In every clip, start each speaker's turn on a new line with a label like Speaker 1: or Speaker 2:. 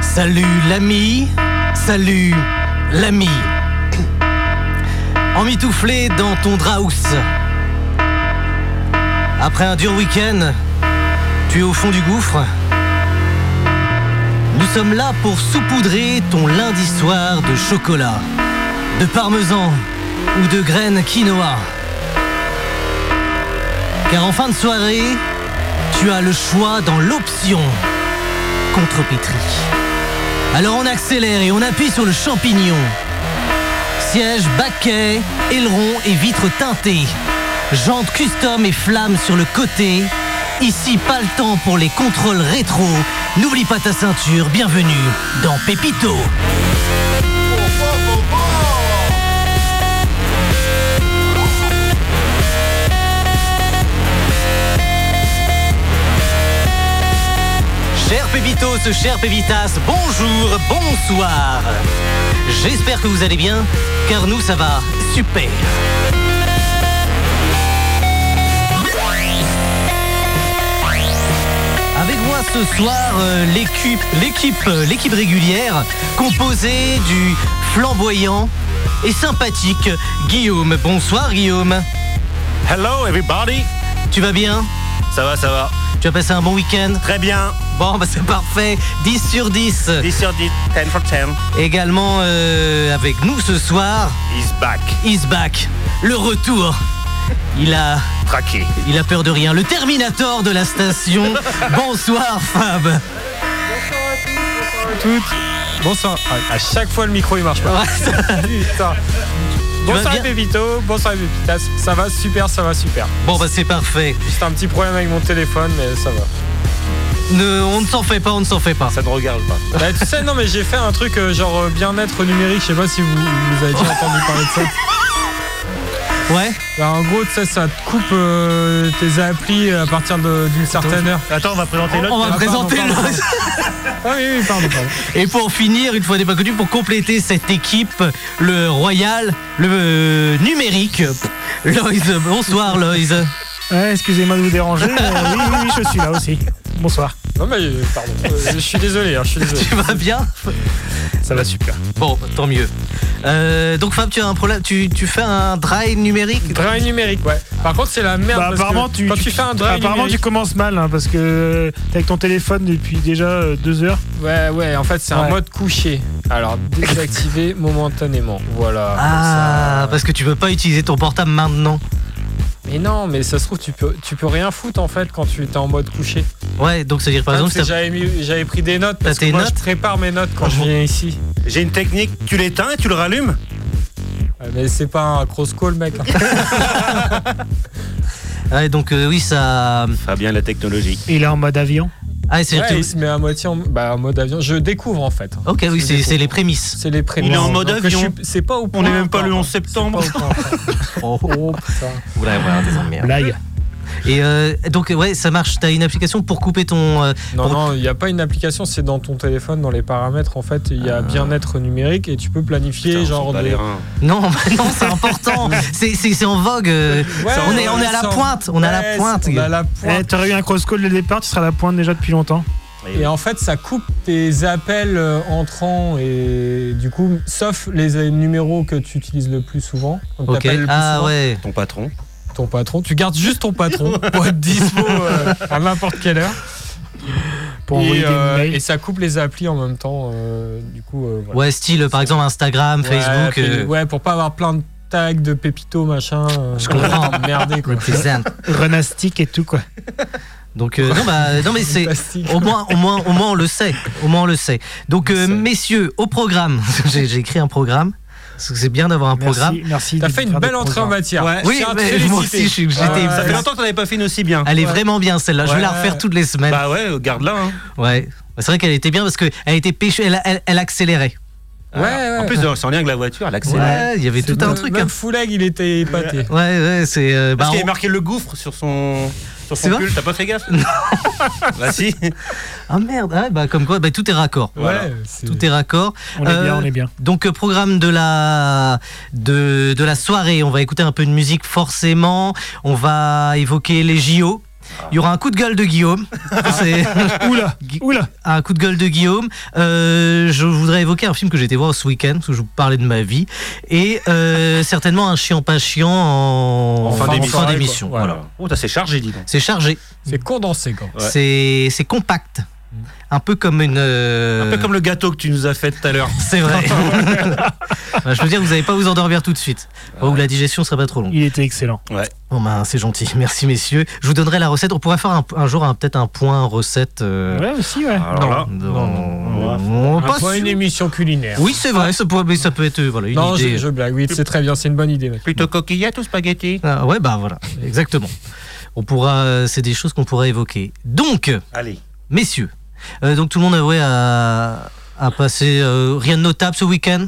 Speaker 1: Salut l'ami, salut l'ami. Emmitouflé dans ton draus. Après un dur week-end, tu es au fond du gouffre. Nous sommes là pour saupoudrer ton lundi soir de chocolat, de parmesan ou de graines quinoa. Car en fin de soirée, tu as le choix dans l'option contre-pétri. Alors on accélère et on appuie sur le champignon. Siège, baquet, aileron et vitres teintées. Jantes custom et flammes sur le côté. Ici, pas le temps pour les contrôles rétro. N'oublie pas ta ceinture. Bienvenue dans Pépito. Cher Pépitos, cher Pépitas, bonjour, bonsoir. J'espère que vous allez bien, car nous, ça va super. Avec moi ce soir, euh, l'équipe, l'équipe, euh, l'équipe régulière, composée du flamboyant et sympathique Guillaume. Bonsoir Guillaume.
Speaker 2: Hello everybody
Speaker 1: Tu vas bien
Speaker 2: Ça va, ça va.
Speaker 1: Tu as passé un bon week-end
Speaker 2: Très bien.
Speaker 1: Bon, bah c'est parfait. 10 sur 10.
Speaker 2: 10 sur 10, 10 for 10.
Speaker 1: Également euh, avec nous ce soir,
Speaker 2: He's back.
Speaker 1: is back. Le retour. Il a,
Speaker 2: Traqué.
Speaker 1: il a peur de rien. Le Terminator de la station. Bonsoir Fab.
Speaker 3: toutes. Bonsoir. Ah, À chaque fois, le micro il marche pas. Putain.
Speaker 1: vas
Speaker 3: Bonsoir
Speaker 1: bien
Speaker 3: les Pépito, bonsoir les Pépitas. Ça va super, ça va super.
Speaker 1: Bon, bah c'est parfait.
Speaker 3: Juste un petit problème avec mon téléphone, mais ça va.
Speaker 1: Ne- on ne s'en fait pas, on ne s'en fait pas.
Speaker 2: Ça ne regarde pas.
Speaker 3: Bah, tu sais, non, mais j'ai fait un truc euh, genre euh, bien-être numérique. Je sais pas si vous, vous avez déjà entendu parler de ça.
Speaker 1: Ouais
Speaker 3: Bah, en gros, tu sais, ça te coupe euh, tes applis à partir de- d'une certaine heure.
Speaker 2: Attends, on va présenter l'autre.
Speaker 1: On va
Speaker 3: Ah,
Speaker 1: présenter
Speaker 3: pardon, pardon,
Speaker 1: le...
Speaker 3: Ah oui, oui, pardon, pardon.
Speaker 1: Et pour finir, une fois n'est pas connu, pour compléter cette équipe, le royal, le euh, numérique, Loïse. Bonsoir Loïse.
Speaker 4: Ouais, excusez-moi de vous déranger. mais oui, oui, oui, je suis là aussi. Bonsoir.
Speaker 3: Non, mais euh, pardon. Euh, je suis désolé, hein, je suis désolé.
Speaker 1: Tu vas bien
Speaker 3: Ça va super.
Speaker 1: Bon, bah, tant mieux. Euh, donc Fab, tu as un problème, tu, tu fais un drive numérique
Speaker 3: Drain numérique, ouais. Par contre, c'est la merde.
Speaker 4: Bah,
Speaker 3: parce que
Speaker 4: apparemment, tu,
Speaker 3: quand tu, fais un drain
Speaker 4: apparemment,
Speaker 3: numérique.
Speaker 4: tu commences mal hein, parce que euh, t'es avec ton téléphone depuis déjà euh, deux heures.
Speaker 3: Ouais, ouais, en fait, c'est un
Speaker 4: Ouais.
Speaker 3: mode couché. Alors, désactivé momentanément. Voilà. comme
Speaker 1: Ah,
Speaker 3: ça.
Speaker 1: parce que tu peux pas utiliser ton portable maintenant.
Speaker 3: Mais non, mais ça se trouve, tu peux, tu peux rien foutre en fait quand tu es en mode couché.
Speaker 1: Ouais, donc ça veut dire par
Speaker 3: Par
Speaker 1: exemple, ça-
Speaker 3: j'avais, mis- j'avais pris des notes parce
Speaker 1: tes
Speaker 3: que moi,
Speaker 1: notes
Speaker 3: je prépare mes notes quand
Speaker 1: Ah
Speaker 3: je
Speaker 1: bon
Speaker 3: viens ici.
Speaker 2: J'ai une technique, tu l'éteins et tu le rallumes
Speaker 3: Ouais, Mais c'est pas un cross call, mec. hein.
Speaker 1: ouais, donc euh, oui, ça.
Speaker 2: Ça bien la technologie.
Speaker 4: Il est en mode avion.
Speaker 1: Ah, c'est.
Speaker 3: Ouais, il se met à moitié en, bah, en mode avion. Je découvre en fait.
Speaker 1: Ok, oui,
Speaker 3: Je
Speaker 1: c'est
Speaker 3: découvre.
Speaker 1: c'est les prémices.
Speaker 3: C'est les prémices.
Speaker 2: Il est en mode
Speaker 3: Donc, je
Speaker 2: avion.
Speaker 3: suis- c'est pas au point
Speaker 2: On n'est même pas
Speaker 3: encore.
Speaker 2: le 11
Speaker 3: C'est pas
Speaker 2: septembre.
Speaker 3: au point encore.
Speaker 1: Oh,
Speaker 3: Oh, putain.
Speaker 1: voilà, voilà, des emmerdes.
Speaker 4: Blague.
Speaker 1: Et euh, donc ouais, ça marche. T'as une application pour couper ton. euh,
Speaker 3: Non,
Speaker 1: Pour-
Speaker 3: non, il n'y a pas une application, c'est dans ton téléphone, dans les paramètres, en fait, il y a bien-être numérique et tu peux planifier,
Speaker 2: Putain, on
Speaker 3: genre,
Speaker 2: sent pas
Speaker 3: des-
Speaker 2: les reins.
Speaker 1: Non, bah non, c'est important. c'est c'est- c'est en vogue. euh,
Speaker 3: Ouais,
Speaker 1: on est on est à la
Speaker 3: ça-
Speaker 1: pointe. On est à la
Speaker 3: Ouais,
Speaker 1: pointe.
Speaker 3: On a
Speaker 1: gars.
Speaker 3: la
Speaker 4: Eh,
Speaker 3: pointe.
Speaker 4: T'aurais eu un cross-call dès le départ, tu seras à la pointe déjà depuis longtemps.
Speaker 3: Et en fait, ça coupe tes appels euh, entrants et du coup, sauf les euh, numéros que tu utilises le plus souvent. Donc,
Speaker 1: Ok.
Speaker 3: t'appelles le plus
Speaker 1: Ah
Speaker 3: souvent
Speaker 1: ouais.
Speaker 2: Ton patron
Speaker 3: Ton patron. Tu gardes juste ton patron pour être dispo euh, à n'importe quelle heure.
Speaker 4: Pour
Speaker 3: et,
Speaker 4: envoyer
Speaker 3: euh,
Speaker 4: des mails.
Speaker 3: et ça coupe les applis en même temps. euh, du coup, euh, voilà.
Speaker 1: Ouais, style par exemple Instagram,
Speaker 3: Ouais,
Speaker 1: Facebook.
Speaker 3: puis-
Speaker 1: euh,
Speaker 3: Ouais, pour pas avoir plein de tags de Pépito, machin. euh,
Speaker 1: Je comprends.
Speaker 3: Merdé, quoi.
Speaker 1: represent.
Speaker 4: Renastic et tout, quoi.
Speaker 1: Donc euh, non bah non mais c'est
Speaker 3: Plastique.
Speaker 1: Au moins, au moins, au moins, on le sait. Au moins, on le sait. Donc,
Speaker 3: On le
Speaker 1: euh,
Speaker 3: sait.
Speaker 1: messieurs, au programme. J'ai j'ai écrit un programme. Parce que c'est bien d'avoir un programme.
Speaker 4: Merci. merci
Speaker 3: T'as
Speaker 4: de
Speaker 3: fait
Speaker 4: faire
Speaker 3: une
Speaker 4: des
Speaker 3: belle entrée en
Speaker 4: programmes.
Speaker 3: matière.
Speaker 1: Oui,
Speaker 3: Je tiens à te
Speaker 1: mais moi
Speaker 3: féliciter.
Speaker 1: aussi, je suis- j'étais-
Speaker 3: Ouais,
Speaker 2: Ça
Speaker 1: Ça
Speaker 2: fait
Speaker 1: fait
Speaker 2: longtemps que t'en avais pas fait une aussi bien.
Speaker 1: Elle est
Speaker 3: Ouais.
Speaker 1: vraiment bien celle-là. Je vais la
Speaker 3: Ouais.
Speaker 1: refaire toutes les semaines.
Speaker 2: Bah ouais, garde-la. hein.
Speaker 1: Ouais. Bah, C'est vrai qu'elle était bien parce qu'elle était pêchée, elle, elle, elle accélérait.
Speaker 3: Ouais, ouais.
Speaker 2: En plus, c'est en lien avec la voiture, l'accès.
Speaker 1: Ouais, il y avait
Speaker 3: C'est
Speaker 1: tout un
Speaker 3: même-
Speaker 1: truc. hein.
Speaker 3: Même Foulag, il était épaté.
Speaker 1: Ouais, ouais, c'est. euh, bah,
Speaker 2: Parce qu'il
Speaker 1: on-
Speaker 2: avait marqué le gouffre sur son, sur
Speaker 1: C'est
Speaker 2: son
Speaker 1: vrai
Speaker 2: pull, t'as pas fait gaffe Bah si.
Speaker 1: Ah merde, ouais, bah, comme quoi, bah, tout est raccord.
Speaker 2: Voilà.
Speaker 3: Ouais, c'est-
Speaker 1: Tout est raccord.
Speaker 4: On est bien,
Speaker 1: Euh,
Speaker 4: on est bien.
Speaker 1: Donc euh, programme de la de, de la soirée, on va écouter un peu de musique forcément, on va évoquer les JO Il y aura un coup de gueule de Guillaume. C'est
Speaker 4: Oula,
Speaker 1: Gui-
Speaker 4: oula.
Speaker 1: un coup de gueule de Guillaume. Euh, je voudrais évoquer un film que j'ai été voir ce week-end, parce que je vous parlais de ma vie. Et euh, certainement un chiant pas chiant en,
Speaker 2: En fin d'émission.
Speaker 1: d'émission.
Speaker 3: Voilà.
Speaker 2: Oh, t'as c'est chargé, dis donc.
Speaker 1: C'est chargé,
Speaker 3: C'est condensé quand même.
Speaker 2: Ouais.
Speaker 1: c'est- c'est compact. Un peu comme une. euh,
Speaker 2: Un peu comme le gâteau que tu nous as fait tout à l'heure.
Speaker 1: C'est vrai. Bah, je veux dire, vous n'allez pas vous endormir tout de suite. Ou la digestion serait pas trop longue.
Speaker 4: Il était excellent.
Speaker 1: Bon ben, c'est gentil. Merci messieurs. Je vous donnerai la recette. On pourrait faire un, un jour un- peut-être un point recette. euh,
Speaker 4: Ouais, aussi, ouais.
Speaker 2: Alors là,
Speaker 1: dans-
Speaker 3: non,
Speaker 1: on
Speaker 3: Un
Speaker 1: passe-
Speaker 3: point, une émission culinaire.
Speaker 1: Oui, c'est vrai. Ça pourrait, mais ça peut être euh, voilà une
Speaker 3: non,
Speaker 1: idée.
Speaker 3: je, je blague. Oui, c'est très bien, c'est une bonne idée. Mathieu.
Speaker 2: plutôt coquillette ou spaghetti
Speaker 1: Ah, ouais, bah voilà, exactement. On pourra, euh, c'est des choses qu'on pourra évoquer. Donc,
Speaker 2: Allez.
Speaker 1: messieurs, euh, donc tout le monde a ouais, à, à passer euh, rien de notable ce week-end.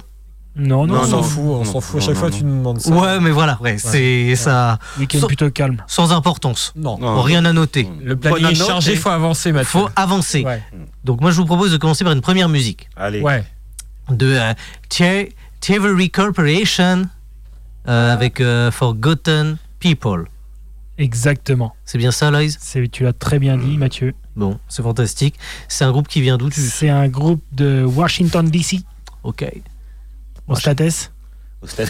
Speaker 4: Non, non,
Speaker 3: Non, on
Speaker 2: non,
Speaker 3: s'en
Speaker 4: non.
Speaker 3: fout, on
Speaker 2: non,
Speaker 3: s'en fout. À
Speaker 2: non,
Speaker 3: chaque
Speaker 2: non,
Speaker 3: fois,
Speaker 2: non.
Speaker 3: tu nous demandes ça.
Speaker 1: Ouais, mais voilà, ouais, c'est ça,
Speaker 4: Week-end
Speaker 1: Sans-
Speaker 4: plutôt calme.
Speaker 1: sans importance.
Speaker 3: Non.
Speaker 2: Non.
Speaker 1: Bon, rien à noter.
Speaker 3: Le planning
Speaker 2: Bonne
Speaker 3: est
Speaker 2: note,
Speaker 3: chargé,
Speaker 2: et-
Speaker 3: faut avancer, Mathieu.
Speaker 1: Faut avancer.
Speaker 3: Ah, Ouais.
Speaker 1: Donc moi, je vous propose de commencer par une première musique
Speaker 2: Allez.
Speaker 3: ouais.
Speaker 1: de euh, Thie- Thievery Corporation euh, avec euh, Forgotten People.
Speaker 4: Exactement.
Speaker 1: C'est bien ça, Loïs
Speaker 4: C'est, tu l'as très bien
Speaker 3: Euh.
Speaker 4: dit, Mathieu.
Speaker 1: Bon, c'est fantastique. C'est un groupe qui vient d'où tu
Speaker 4: C'est un groupe de Washington DC,
Speaker 1: Ok.
Speaker 4: au States.
Speaker 2: Au stade.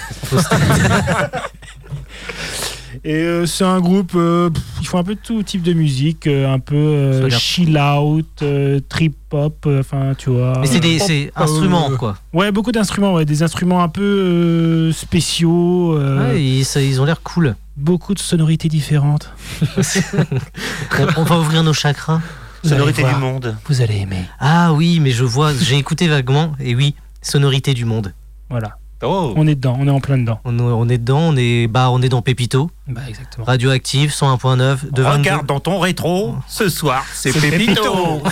Speaker 4: Et euh, c'est un groupe, euh, pff, ils font un peu tout type de musique, euh, un peu euh,
Speaker 1: Ça a l'air-
Speaker 4: chill out, euh, trip hop, euh, enfin tu vois.
Speaker 1: Mais c'est des c'est
Speaker 3: euh,
Speaker 1: instruments quoi.
Speaker 4: Ouais, beaucoup d'instruments, ouais, des instruments un peu euh, spéciaux, euh,
Speaker 1: Ouais, ils, ça- ils ont l'air cool.
Speaker 4: beaucoup de sonorités différentes.
Speaker 1: on, on va ouvrir nos chakras.
Speaker 4: Vous allez
Speaker 2: Sonorité du
Speaker 4: voir,
Speaker 2: monde.
Speaker 4: Vous allez aimer.
Speaker 1: Ah oui, mais je vois, j'ai écouté vaguement. Et oui, sonorité du monde.
Speaker 4: Voilà,
Speaker 2: Oh.
Speaker 4: on est dedans, on est en plein dedans.
Speaker 1: On, on est dedans, on est bah on est dans Pépito,
Speaker 4: Bah exactement.
Speaker 1: radioactive 101.9 de 22.
Speaker 2: Ah, Regarde dans ton rétro, ce soir, c'est Pépito. Oh,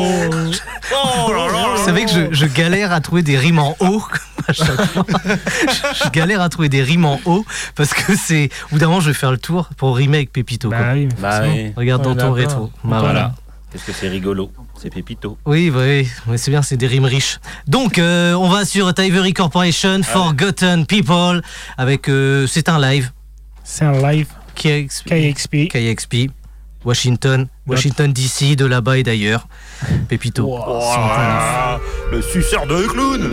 Speaker 2: Oh là là.
Speaker 1: Vous savez que je, je galère à trouver des rimes en haut. comme à chaque fois. je, je galère à trouver des rimes en haut parce que c'est. Au bout d'un moment, je vais faire le tour pour rimer avec Pépito. quoi.
Speaker 4: Bah oui,
Speaker 2: Bah
Speaker 4: forcément.
Speaker 2: oui.
Speaker 1: Regarde dans
Speaker 3: Ouais,
Speaker 1: ton
Speaker 3: là-bas.
Speaker 1: rétro. Bah, voilà.
Speaker 4: Voilà.
Speaker 2: Qu'est-ce que c'est rigolo C'est Pépito.
Speaker 1: Oui, bah oui, oui, c'est bien, c'est des rimes riches. Donc, euh, on va sur Tivery
Speaker 2: Ah
Speaker 1: Corporation, Forgotten People, avec. euh, c'est un live.
Speaker 4: c'est un live
Speaker 1: KXP.
Speaker 4: KXP.
Speaker 1: KXP, Washington, Washington DC, de là-bas et d'ailleurs. Pépito.
Speaker 2: Oh là là, le suceur de clown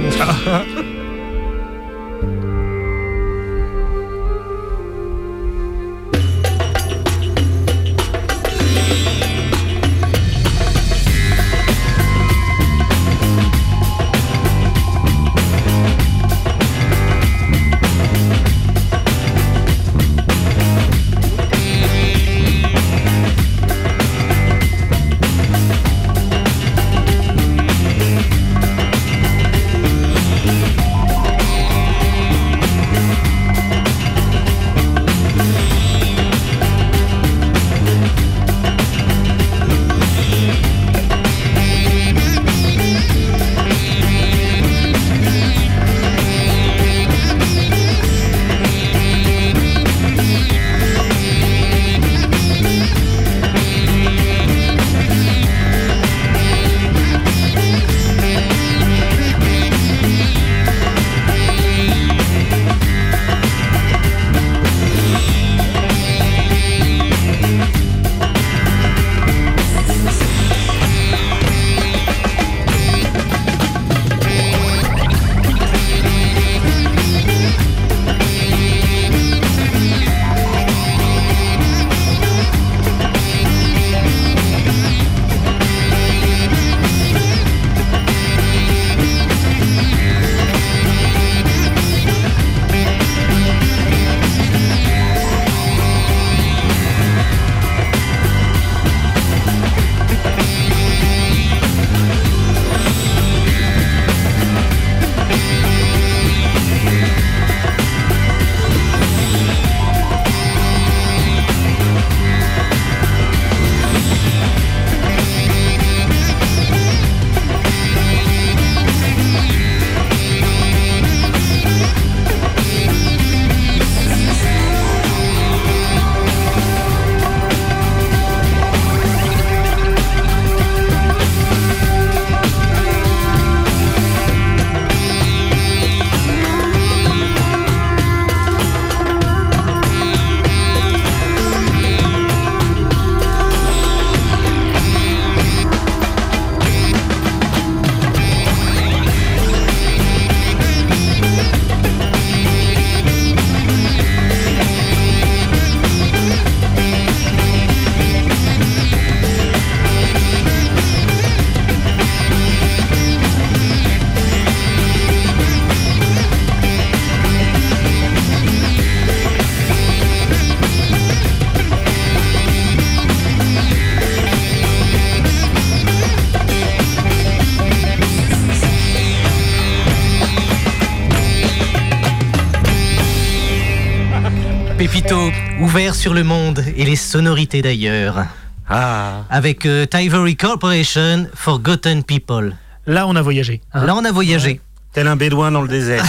Speaker 1: Pépito, ouvert sur le monde et les sonorités d'ailleurs.
Speaker 2: Ah.
Speaker 1: Avec euh, Tivory Corporation, Forgotten People.
Speaker 4: Là, on a voyagé.
Speaker 2: Hein
Speaker 1: Là, on a voyagé.
Speaker 2: Tel un bédouin dans le désert.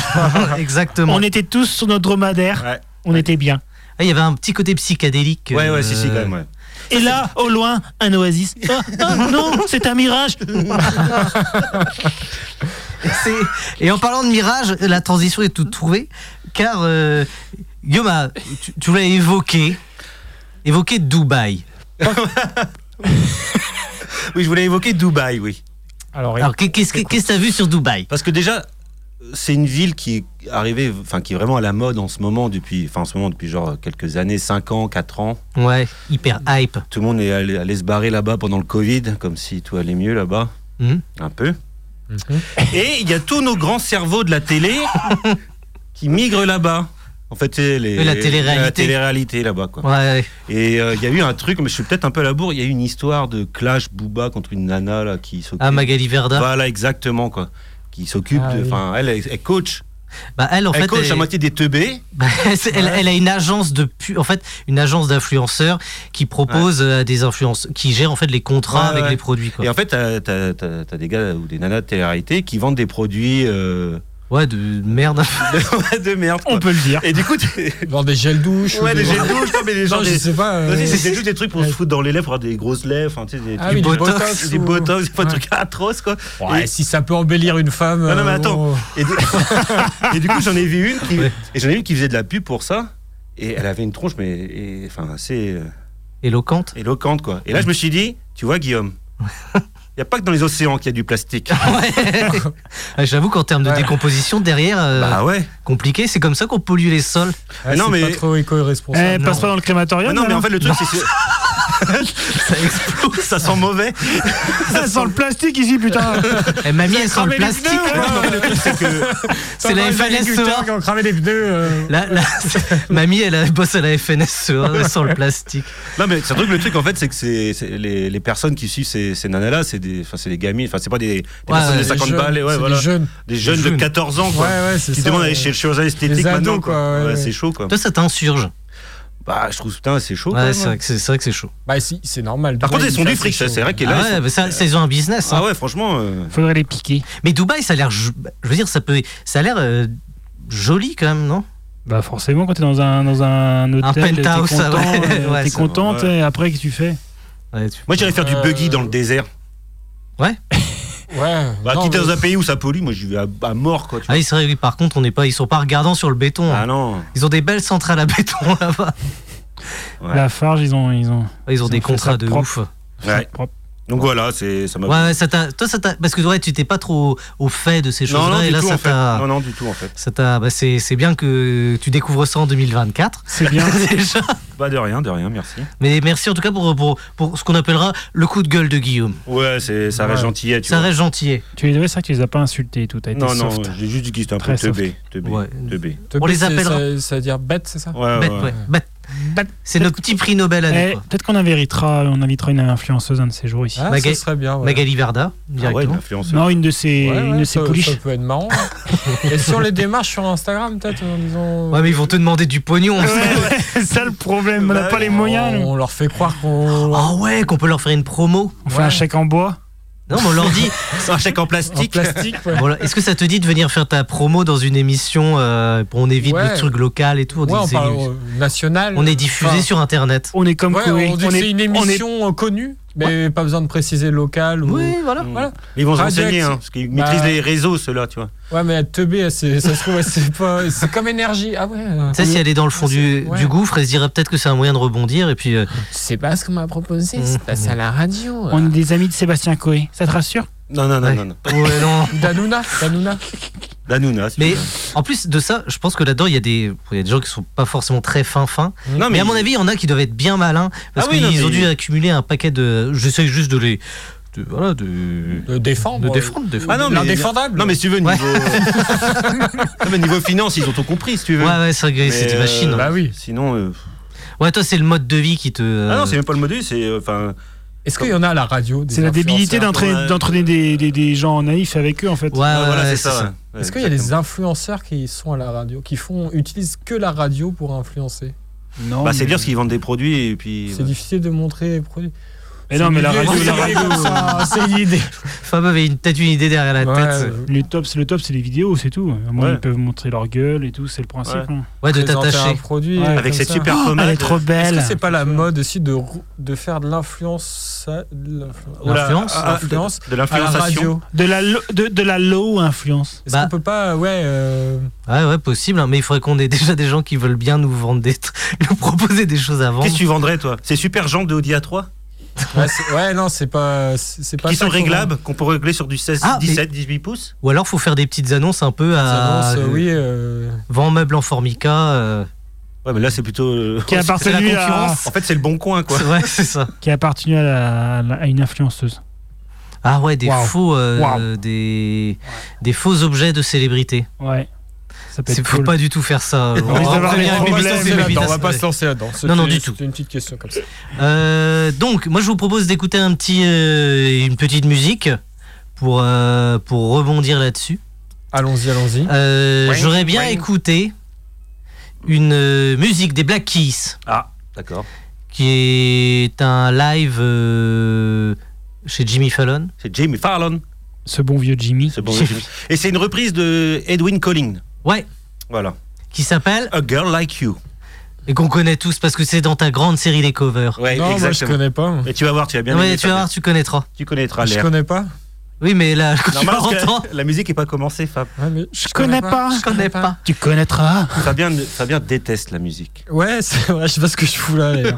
Speaker 1: Exactement.
Speaker 4: On était tous sur notre dromadaire.
Speaker 2: ouais.
Speaker 4: On était bien.
Speaker 1: Ah, Il y avait un petit côté psychédélique.
Speaker 2: Ouais,
Speaker 1: euh,
Speaker 2: ouais, si, si, quand même, ouais.
Speaker 4: Et là, au loin, un oasis. Ah, ah, non, c'est un mirage.
Speaker 1: C'est- Et en parlant de Mirage, la transition est toute trouvée, car euh, Guillaume, a- tu, tu voulais évoquer, évoquer Dubaï.
Speaker 2: Oui, je voulais évoquer Dubaï, oui.
Speaker 3: Alors,
Speaker 4: Ah.
Speaker 1: Alors, qu'est- qu'est-ce que qu'est-ce que t'as vu sur Dubaï
Speaker 2: Parce que déjà, c'est une ville qui est arrivée, enfin, qui est vraiment à la mode en ce moment, depuis, enfin, en ce moment, depuis genre quelques années, 5 ans, 4 ans.
Speaker 1: Ouais, hyper hype.
Speaker 2: Tout le monde est allé, allé se barrer là-bas pendant le Covid, comme si tout allait mieux là-bas.
Speaker 1: Mhm.
Speaker 2: Un peu. Mhm. Et il y a tous nos grands cerveaux de la télé qui migrent là-bas. En fait, c'est les,
Speaker 1: Oui, la télé-réalité.
Speaker 2: la télé-réalité là-bas, quoi.
Speaker 1: Ouais,
Speaker 2: Et euh, il y a eu un truc, mais je suis peut-être un peu à la bourre, il y a eu une histoire de clash Booba contre une nana là, qui s'occupe.
Speaker 1: à Ah, Magali Verda.
Speaker 2: Voilà, exactement, quoi. Qui s'occupe
Speaker 3: Ah
Speaker 2: de.
Speaker 3: oui.
Speaker 2: Enfin, elle, elle, elle coach.
Speaker 1: Bah, elle, en
Speaker 2: elle
Speaker 1: fait,
Speaker 2: coach
Speaker 1: elle,
Speaker 2: à moitié des teubés.
Speaker 1: bah, c'est- elle- elle a une agence de pu- en fait, une agence d'influenceurs qui propose euh, à des influenceurs, qui gère en fait les contrats
Speaker 2: Ouais,
Speaker 1: avec
Speaker 2: ouais.
Speaker 1: les produits. Quoi.
Speaker 2: Et en fait, t'as t'as- t'as- t'as des gars ou des nanas de télé-réalité qui vendent des produits euh,
Speaker 1: Ouais, de merde.
Speaker 2: de, de merde. quoi.
Speaker 4: On peut le dire.
Speaker 2: Et du coup, t'es-
Speaker 3: Genre des gels douches.
Speaker 2: ouais,
Speaker 3: ou
Speaker 2: des jets de douche, non, mais des gens.
Speaker 3: Non, je
Speaker 2: des-
Speaker 3: sais pas. euh,
Speaker 2: Vas-y, C'est juste des trucs pour se foutre dans les lèvres, pour avoir des grosses lèvres, enfin, tu sais, des
Speaker 3: Ah
Speaker 2: trucs-
Speaker 3: oui,
Speaker 1: du
Speaker 3: du
Speaker 1: botox,
Speaker 3: botox.
Speaker 2: des
Speaker 3: ou-
Speaker 2: botox, enfin, des
Speaker 3: Ouais.
Speaker 2: trucs atroces quoi.
Speaker 3: Ouais,
Speaker 2: Et-
Speaker 3: si ça peut embellir une femme.
Speaker 2: Non, non, mais
Speaker 3: euh,
Speaker 2: attends.
Speaker 3: bon.
Speaker 2: Et du, et du coup, j'en ai vu une qui,
Speaker 1: Ouais.
Speaker 2: et j'en ai une qui faisait de la pub pour ça. Et elle avait une tronche, mais et- enfin assez euh,
Speaker 1: Éloquente.
Speaker 2: éloquente, quoi. Et là, je me suis dit, tu vois, Guillaume, il n'y a pas que dans les océans qu'il y a du plastique.
Speaker 1: Ouais, J'avoue qu'en termes de
Speaker 3: Ouais.
Speaker 1: décomposition, derrière, euh,
Speaker 2: bah ouais.
Speaker 1: compliqué. C'est comme ça qu'on pollue les sols.
Speaker 3: Ouais,
Speaker 2: Ah, non,
Speaker 3: c'est
Speaker 2: mais-
Speaker 3: pas trop éco-responsable.
Speaker 4: Eh, passe pas dans le crématorium.
Speaker 2: Ah non, mais en
Speaker 4: alors.
Speaker 2: fait, le truc, c'est que- ça sent mauvais.
Speaker 4: ça sent le plastique ici, putain.
Speaker 1: Eh, mamie, elle sent le
Speaker 4: cramé les
Speaker 1: plastique.
Speaker 4: pneus,
Speaker 1: quoi.
Speaker 2: Non, mais le truc, c'est que
Speaker 1: C'est la FNSEA.
Speaker 3: qui ont cramé des pneus. euh.
Speaker 1: Là, là, c'est- mamie, elle a- bosse à la FNSEA, elle sent euh, le plastique.
Speaker 2: non, mais c'est un truc, le truc, en fait, c'est que c'est c'est les, les personnes qui suivent ces, ces nanas là, c'est des, enfin, c'est des gamins, enfin, c'est pas des, des personnes
Speaker 1: ouais,
Speaker 2: de
Speaker 3: Des
Speaker 2: 50
Speaker 3: jeunes,
Speaker 2: balles, et ouais,
Speaker 3: c'est
Speaker 2: voilà,
Speaker 3: Des jeunes.
Speaker 2: des jeunes de
Speaker 1: jeunes.
Speaker 2: 14 ans,
Speaker 3: Ouais,
Speaker 2: quoi.
Speaker 3: ouais, c'est
Speaker 2: qui
Speaker 3: ça.
Speaker 2: demandent d'aller chez le chirurgien esthétique
Speaker 3: Les ados,
Speaker 2: maintenant, quoi.
Speaker 3: quoi, ouais,
Speaker 2: Ouais,
Speaker 3: ouais.
Speaker 2: c'est chaud, quoi.
Speaker 1: Toi, ça t'insurge.
Speaker 2: Bah, je trouve, putain, c'est chaud. quand
Speaker 1: Ouais,
Speaker 2: même.
Speaker 1: c'est vrai que c'est c'est vrai que c'est chaud.
Speaker 3: Bah, si, c'est normal.
Speaker 2: Par
Speaker 3: Dubaï,
Speaker 2: contre, ils sont
Speaker 3: ça,
Speaker 2: du fric, ça,
Speaker 3: chaud.
Speaker 2: c'est vrai qu'il
Speaker 1: Ah
Speaker 2: là.
Speaker 1: ouais, bah ça, ça, ils ont un business. hein.
Speaker 2: Ah ouais, franchement. euh,
Speaker 4: Faudrait les piquer.
Speaker 1: Mais Dubaï, ça a l'air. jo- Je veux dire, ça peut. Ça a l'air euh, joli quand même, non
Speaker 4: Bah forcément, quand t'es dans un dans un hôtel, t'es
Speaker 1: penthouse,
Speaker 4: content.
Speaker 1: ouais,
Speaker 4: euh,
Speaker 1: ouais,
Speaker 4: t'es
Speaker 2: ça
Speaker 4: content.
Speaker 2: va, ouais.
Speaker 4: t'es- Après, qu'est-ce que tu fais
Speaker 1: Ouais, tu-
Speaker 2: Moi, j'irais faire du
Speaker 3: Euh,
Speaker 2: buggy dans le désert.
Speaker 3: Ouais.
Speaker 2: Bah,
Speaker 3: non,
Speaker 2: quitte
Speaker 3: mais-
Speaker 2: dans un pays où ça pollue, moi, je vais à, à mort, quoi. tu vois.
Speaker 1: Ah, ils seraient- oui, par contre, on n'est pas, ils sont pas regardants sur le béton.
Speaker 2: Ah
Speaker 1: hein.
Speaker 2: non.
Speaker 1: Ils ont des belles centrales à béton là-bas.
Speaker 2: Ouais.
Speaker 4: La Farge, ils ont ils ont.
Speaker 1: Ah, Ils ont
Speaker 4: Ils
Speaker 1: des
Speaker 4: ont fait
Speaker 1: contrats
Speaker 4: ça
Speaker 1: de
Speaker 4: propre.
Speaker 1: ouf.
Speaker 2: Ouais.
Speaker 4: propre.
Speaker 2: Donc voilà, c'est ça m'a.
Speaker 1: Ouais, ouais, ça t'a- toi, ça t'a, parce que ouais, tu t'es pas trop au fait de ces
Speaker 2: non, non,
Speaker 1: choses-là, et
Speaker 2: du
Speaker 1: là,
Speaker 2: tout,
Speaker 1: ça
Speaker 2: en fait.
Speaker 1: t'a,
Speaker 2: Non, non, du tout, en fait.
Speaker 1: ça t'a, bah, c'est, c'est bien que tu découvres ça en 2024.
Speaker 4: C'est bien.
Speaker 1: Déjà.
Speaker 2: Bah, de rien, de rien, merci.
Speaker 1: Mais merci en tout cas pour, pour, pour ce qu'on appellera le coup de gueule de Guillaume.
Speaker 2: Ouais, c'est, ça reste
Speaker 3: Ouais.
Speaker 2: gentillet, tu
Speaker 1: Ça
Speaker 2: vois.
Speaker 1: reste gentil.
Speaker 4: tu les devais ça que tu les as pas insultés et tout. T'as été
Speaker 2: Non, non,
Speaker 4: soft.
Speaker 2: j'ai juste dit qu'ils étaient un peu
Speaker 4: Très soft.
Speaker 2: teubés. Teubés.
Speaker 1: Ouais.
Speaker 2: Teubés.
Speaker 3: Te
Speaker 1: On
Speaker 3: plaît,
Speaker 1: les
Speaker 3: c'est-
Speaker 1: appellera.
Speaker 3: ça- Ça veut dire bête, c'est ça
Speaker 2: Ouais,
Speaker 1: Bête,
Speaker 2: Ah ouais.
Speaker 1: ouais, bête.
Speaker 4: Bête.
Speaker 1: C'est notre petit prix Nobel à nous.
Speaker 4: Eh,
Speaker 1: quoi.
Speaker 4: peut-être qu'on invitera on invitera une influenceuse un de ces jours ici.
Speaker 3: Ah,
Speaker 1: Magali-
Speaker 3: ça serait bien. ouais.
Speaker 1: Magali Verda,
Speaker 2: Ah ouais, une
Speaker 1: directement.
Speaker 2: influenceuse.
Speaker 4: non, une de ces
Speaker 3: Ouais, ouais,
Speaker 4: une de ces
Speaker 3: ça,
Speaker 4: pouliches.
Speaker 3: ça peut être marrant. Et sur les démarches sur Instagram, peut-être, en disant.
Speaker 1: ouais, mais ils vont te demander du pognon.
Speaker 4: Ouais, c'est ça le problème, on n'a
Speaker 2: Bah,
Speaker 4: pas les
Speaker 3: on-
Speaker 4: moyens. nous.
Speaker 3: On leur fait croire qu'on.
Speaker 1: Ah ouais, qu'on peut leur faire une promo.
Speaker 4: On fait
Speaker 3: Ouais.
Speaker 4: un chèque en bois.
Speaker 1: Non, mais on leur dit.
Speaker 2: Un chèque en
Speaker 3: en
Speaker 2: plastique.
Speaker 3: plastique, ouais.
Speaker 1: Voilà. Est-ce que ça te dit de venir faire ta promo dans une émission euh, pour on évite
Speaker 3: Ouais.
Speaker 1: le truc local et tout
Speaker 3: Ouais,
Speaker 1: dit
Speaker 3: on
Speaker 1: c'est-
Speaker 3: parle euh, national.
Speaker 1: on est diffusé
Speaker 3: Enfin,
Speaker 1: sur internet.
Speaker 4: On est comme
Speaker 3: ouais,
Speaker 4: Koé.
Speaker 3: on dit que
Speaker 4: est-
Speaker 3: c'est une
Speaker 4: on est-
Speaker 3: émission euh, connue, mais pas besoin de préciser local. Ou...
Speaker 1: Oui, voilà.
Speaker 2: Mm.
Speaker 3: Voilà.
Speaker 2: Ils vont se
Speaker 3: Radio
Speaker 2: renseigner,
Speaker 3: Acti-
Speaker 2: hein, parce qu'ils
Speaker 3: Bah.
Speaker 2: maîtrisent les réseaux, ceux-là, tu vois.
Speaker 3: Ouais, mais être teubé, elle, c'est- ça se trouve, elle, c'est pas. C'est comme énergie. Ah ouais. euh,
Speaker 1: Tu sais, si elle est dans le fond du,
Speaker 3: Ouais.
Speaker 1: du gouffre, elle se dirait peut-être que c'est un moyen de rebondir. Et puis, euh,
Speaker 5: C'est pas ce qu'on m'a proposé,
Speaker 1: Mhm.
Speaker 5: c'est passé à la radio.
Speaker 4: on
Speaker 3: euh.
Speaker 4: est des amis de Sébastien Coé. Ça te rassure
Speaker 2: Non, non, non,
Speaker 1: Ouais.
Speaker 2: non, non.
Speaker 1: ouais, non.
Speaker 3: Danuna, Danuna.
Speaker 2: Danuna, si
Speaker 1: Mais
Speaker 2: tu
Speaker 1: en plus de ça, je pense que là-dedans, il y, a des- il y a des gens qui sont pas forcément très fins fins.
Speaker 2: veux. Non,
Speaker 1: Mais, à mon avis, il y en a qui doivent être bien malins parce
Speaker 2: Ah oui, non,
Speaker 1: qu'ils ont
Speaker 2: mais-
Speaker 1: dû accumuler un paquet de. J'essaie juste de les. De, voilà, de.
Speaker 3: De défendre. euh,
Speaker 1: De défendre, de défendre.
Speaker 2: Ah non, mais-
Speaker 3: L'indéfendable.
Speaker 2: Non mais si tu veux niveau,
Speaker 1: Ouais.
Speaker 2: Non, mais niveau finance ils ont tout compris si tu veux.
Speaker 1: Ouais, ouais, c'est vrai,
Speaker 2: Mais,
Speaker 1: c'est des
Speaker 2: euh,
Speaker 1: machines. hein.
Speaker 3: Bah oui.
Speaker 2: Sinon euh,
Speaker 1: Ouais, toi, c'est le mode de vie qui te. euh,
Speaker 2: ah non c'est même pas le module c'est euh, enfin
Speaker 3: Est-ce qu'il y en a à la radio des
Speaker 4: C'est la
Speaker 3: influenceurs
Speaker 4: débilité d'entraîner
Speaker 2: Ouais.
Speaker 4: d'entraîner des, des, des gens naïfs avec eux en fait.
Speaker 1: ouais, ouais,
Speaker 2: ah, voilà
Speaker 1: ouais,
Speaker 2: c'est ça. ouais.
Speaker 3: Est-ce
Speaker 2: Ouais,
Speaker 3: qu'il y a des
Speaker 2: exactement.
Speaker 3: influenceurs qui sont à la radio, qui font, utilisent que la radio pour influencer
Speaker 4: Non.
Speaker 2: Bah, c'est
Speaker 4: mais-
Speaker 2: dire qu'ils vendent des produits et puis.
Speaker 3: C'est
Speaker 2: bah,
Speaker 3: difficile de montrer les produits.
Speaker 4: Mais non, mais la radio, la radio. euh,
Speaker 3: c'est l'idée.
Speaker 1: Fab avait une- peut-être une idée derrière la tête. euh,
Speaker 4: Les tops, le top, c'est les vidéos, c'est tout. Au moins,
Speaker 2: Ouais.
Speaker 4: ils peuvent montrer leur gueule et tout, c'est le principe.
Speaker 2: Ouais.
Speaker 4: hein.
Speaker 1: Ouais, de
Speaker 3: un
Speaker 1: t'attacher.
Speaker 3: produit. euh,
Speaker 4: Ouais,
Speaker 2: euh, Avec
Speaker 3: comme
Speaker 2: cette
Speaker 3: ça.
Speaker 2: super pommade.
Speaker 4: elle est trop
Speaker 3: Est-ce
Speaker 4: belle.
Speaker 3: que c'est pas la mode aussi de, rou- de faire de l'influence à- de l'influence-
Speaker 2: Oula,
Speaker 1: L'influence
Speaker 2: ah, ah, de-
Speaker 3: L'influence
Speaker 2: De
Speaker 3: à la
Speaker 2: l'influencation.
Speaker 3: radio
Speaker 4: De la, lo- de, de la low influence.
Speaker 3: Est-ce
Speaker 1: Bah.
Speaker 3: qu'on peut pas, ouais, euh,
Speaker 1: Ouais, ouais, possible, hein, mais il faudrait qu'on ait déjà des gens qui veulent bien nous vendre des tr- nous proposer des choses avant.
Speaker 2: Qu'est-ce que tu vendrais, toi C'est super jambes de Audi A3
Speaker 3: ouais, c'est- ouais, non, c'est pas, c'est c'est pas
Speaker 2: qui sont
Speaker 3: ça qu'on vend.
Speaker 2: réglables, qu'on peut régler sur du 16,
Speaker 1: Ah, mais-
Speaker 2: 17, 18 pouces.
Speaker 1: Ou alors faut faire des petites annonces un peu
Speaker 3: Des
Speaker 1: à
Speaker 3: annonces, euh, oui, euh,
Speaker 1: vend meuble en formica. euh,
Speaker 2: Ouais, mais là, c'est plutôt. euh,
Speaker 4: Qui a
Speaker 1: c'est la
Speaker 4: appartenu à,
Speaker 1: concurrence.
Speaker 2: En fait, c'est le bon coin, quoi.
Speaker 1: C'est vrai, c'est ça.
Speaker 4: qui a appartenu à, la- la- à une influenceuse.
Speaker 1: Ah ouais, des
Speaker 4: Waouh.
Speaker 1: faux, euh,
Speaker 4: Waouh.
Speaker 1: des des faux objets de célébrité.
Speaker 4: Ouais. Ça peut
Speaker 1: C'est
Speaker 4: être
Speaker 1: faut
Speaker 4: cool.
Speaker 1: pas du tout faire ça.
Speaker 4: On risque d'avoir
Speaker 1: prévient
Speaker 4: des
Speaker 1: les
Speaker 3: on va
Speaker 1: Babyface,
Speaker 3: se lancer
Speaker 1: les
Speaker 3: là-dedans, on
Speaker 1: Babyface,
Speaker 3: va pas
Speaker 1: ouais.
Speaker 3: se lancer là-dedans.
Speaker 1: Non, non,
Speaker 3: C'était-
Speaker 1: du tout.
Speaker 3: C'était une petite question comme ça.
Speaker 1: Euh, donc, moi, je vous propose d'écouter un petit, euh, une petite musique pour euh, pour rebondir là-dessus.
Speaker 3: Allons-y, allons-y.
Speaker 1: Euh,
Speaker 2: Ouais,
Speaker 1: J'aurais bien
Speaker 2: ouais.
Speaker 1: écouté une euh, musique des Black Keys,
Speaker 2: Ah, d'accord.
Speaker 1: qui est un live euh, chez Jimmy Fallon.
Speaker 2: C'est Jimmy Fallon.
Speaker 4: Ce bon vieux Jimmy.
Speaker 2: C'est bon, Jimmy. Et c'est une reprise de Edwin Collins.
Speaker 1: Ouais,
Speaker 2: Voilà.
Speaker 1: qui s'appelle
Speaker 2: A Girl Like You.
Speaker 1: et qu'on connaît tous parce que c'est dans ta grande série des covers.
Speaker 2: Ouais,
Speaker 3: non, moi je connais pas.
Speaker 2: Et tu vas voir, tu vas bien
Speaker 1: Ouais,
Speaker 2: aimer
Speaker 1: tu
Speaker 2: ça.
Speaker 1: vas voir, tu connaîtras.
Speaker 2: Tu connaîtras
Speaker 3: Je
Speaker 2: l'air.
Speaker 3: connais pas.
Speaker 1: Oui, mais là, quand tu
Speaker 2: Normal,
Speaker 1: vas
Speaker 2: parce que
Speaker 1: entendre,
Speaker 2: la, la musique n'est pas commencée, Fab.
Speaker 3: Ouais, mais
Speaker 4: Je connais pas.
Speaker 1: je connais pas.
Speaker 4: Tu connaîtras.
Speaker 2: Fabien, ne- Fabien déteste la musique.
Speaker 3: Ouais, c'est vrai, je sais pas ce que je fous là. d'ailleurs.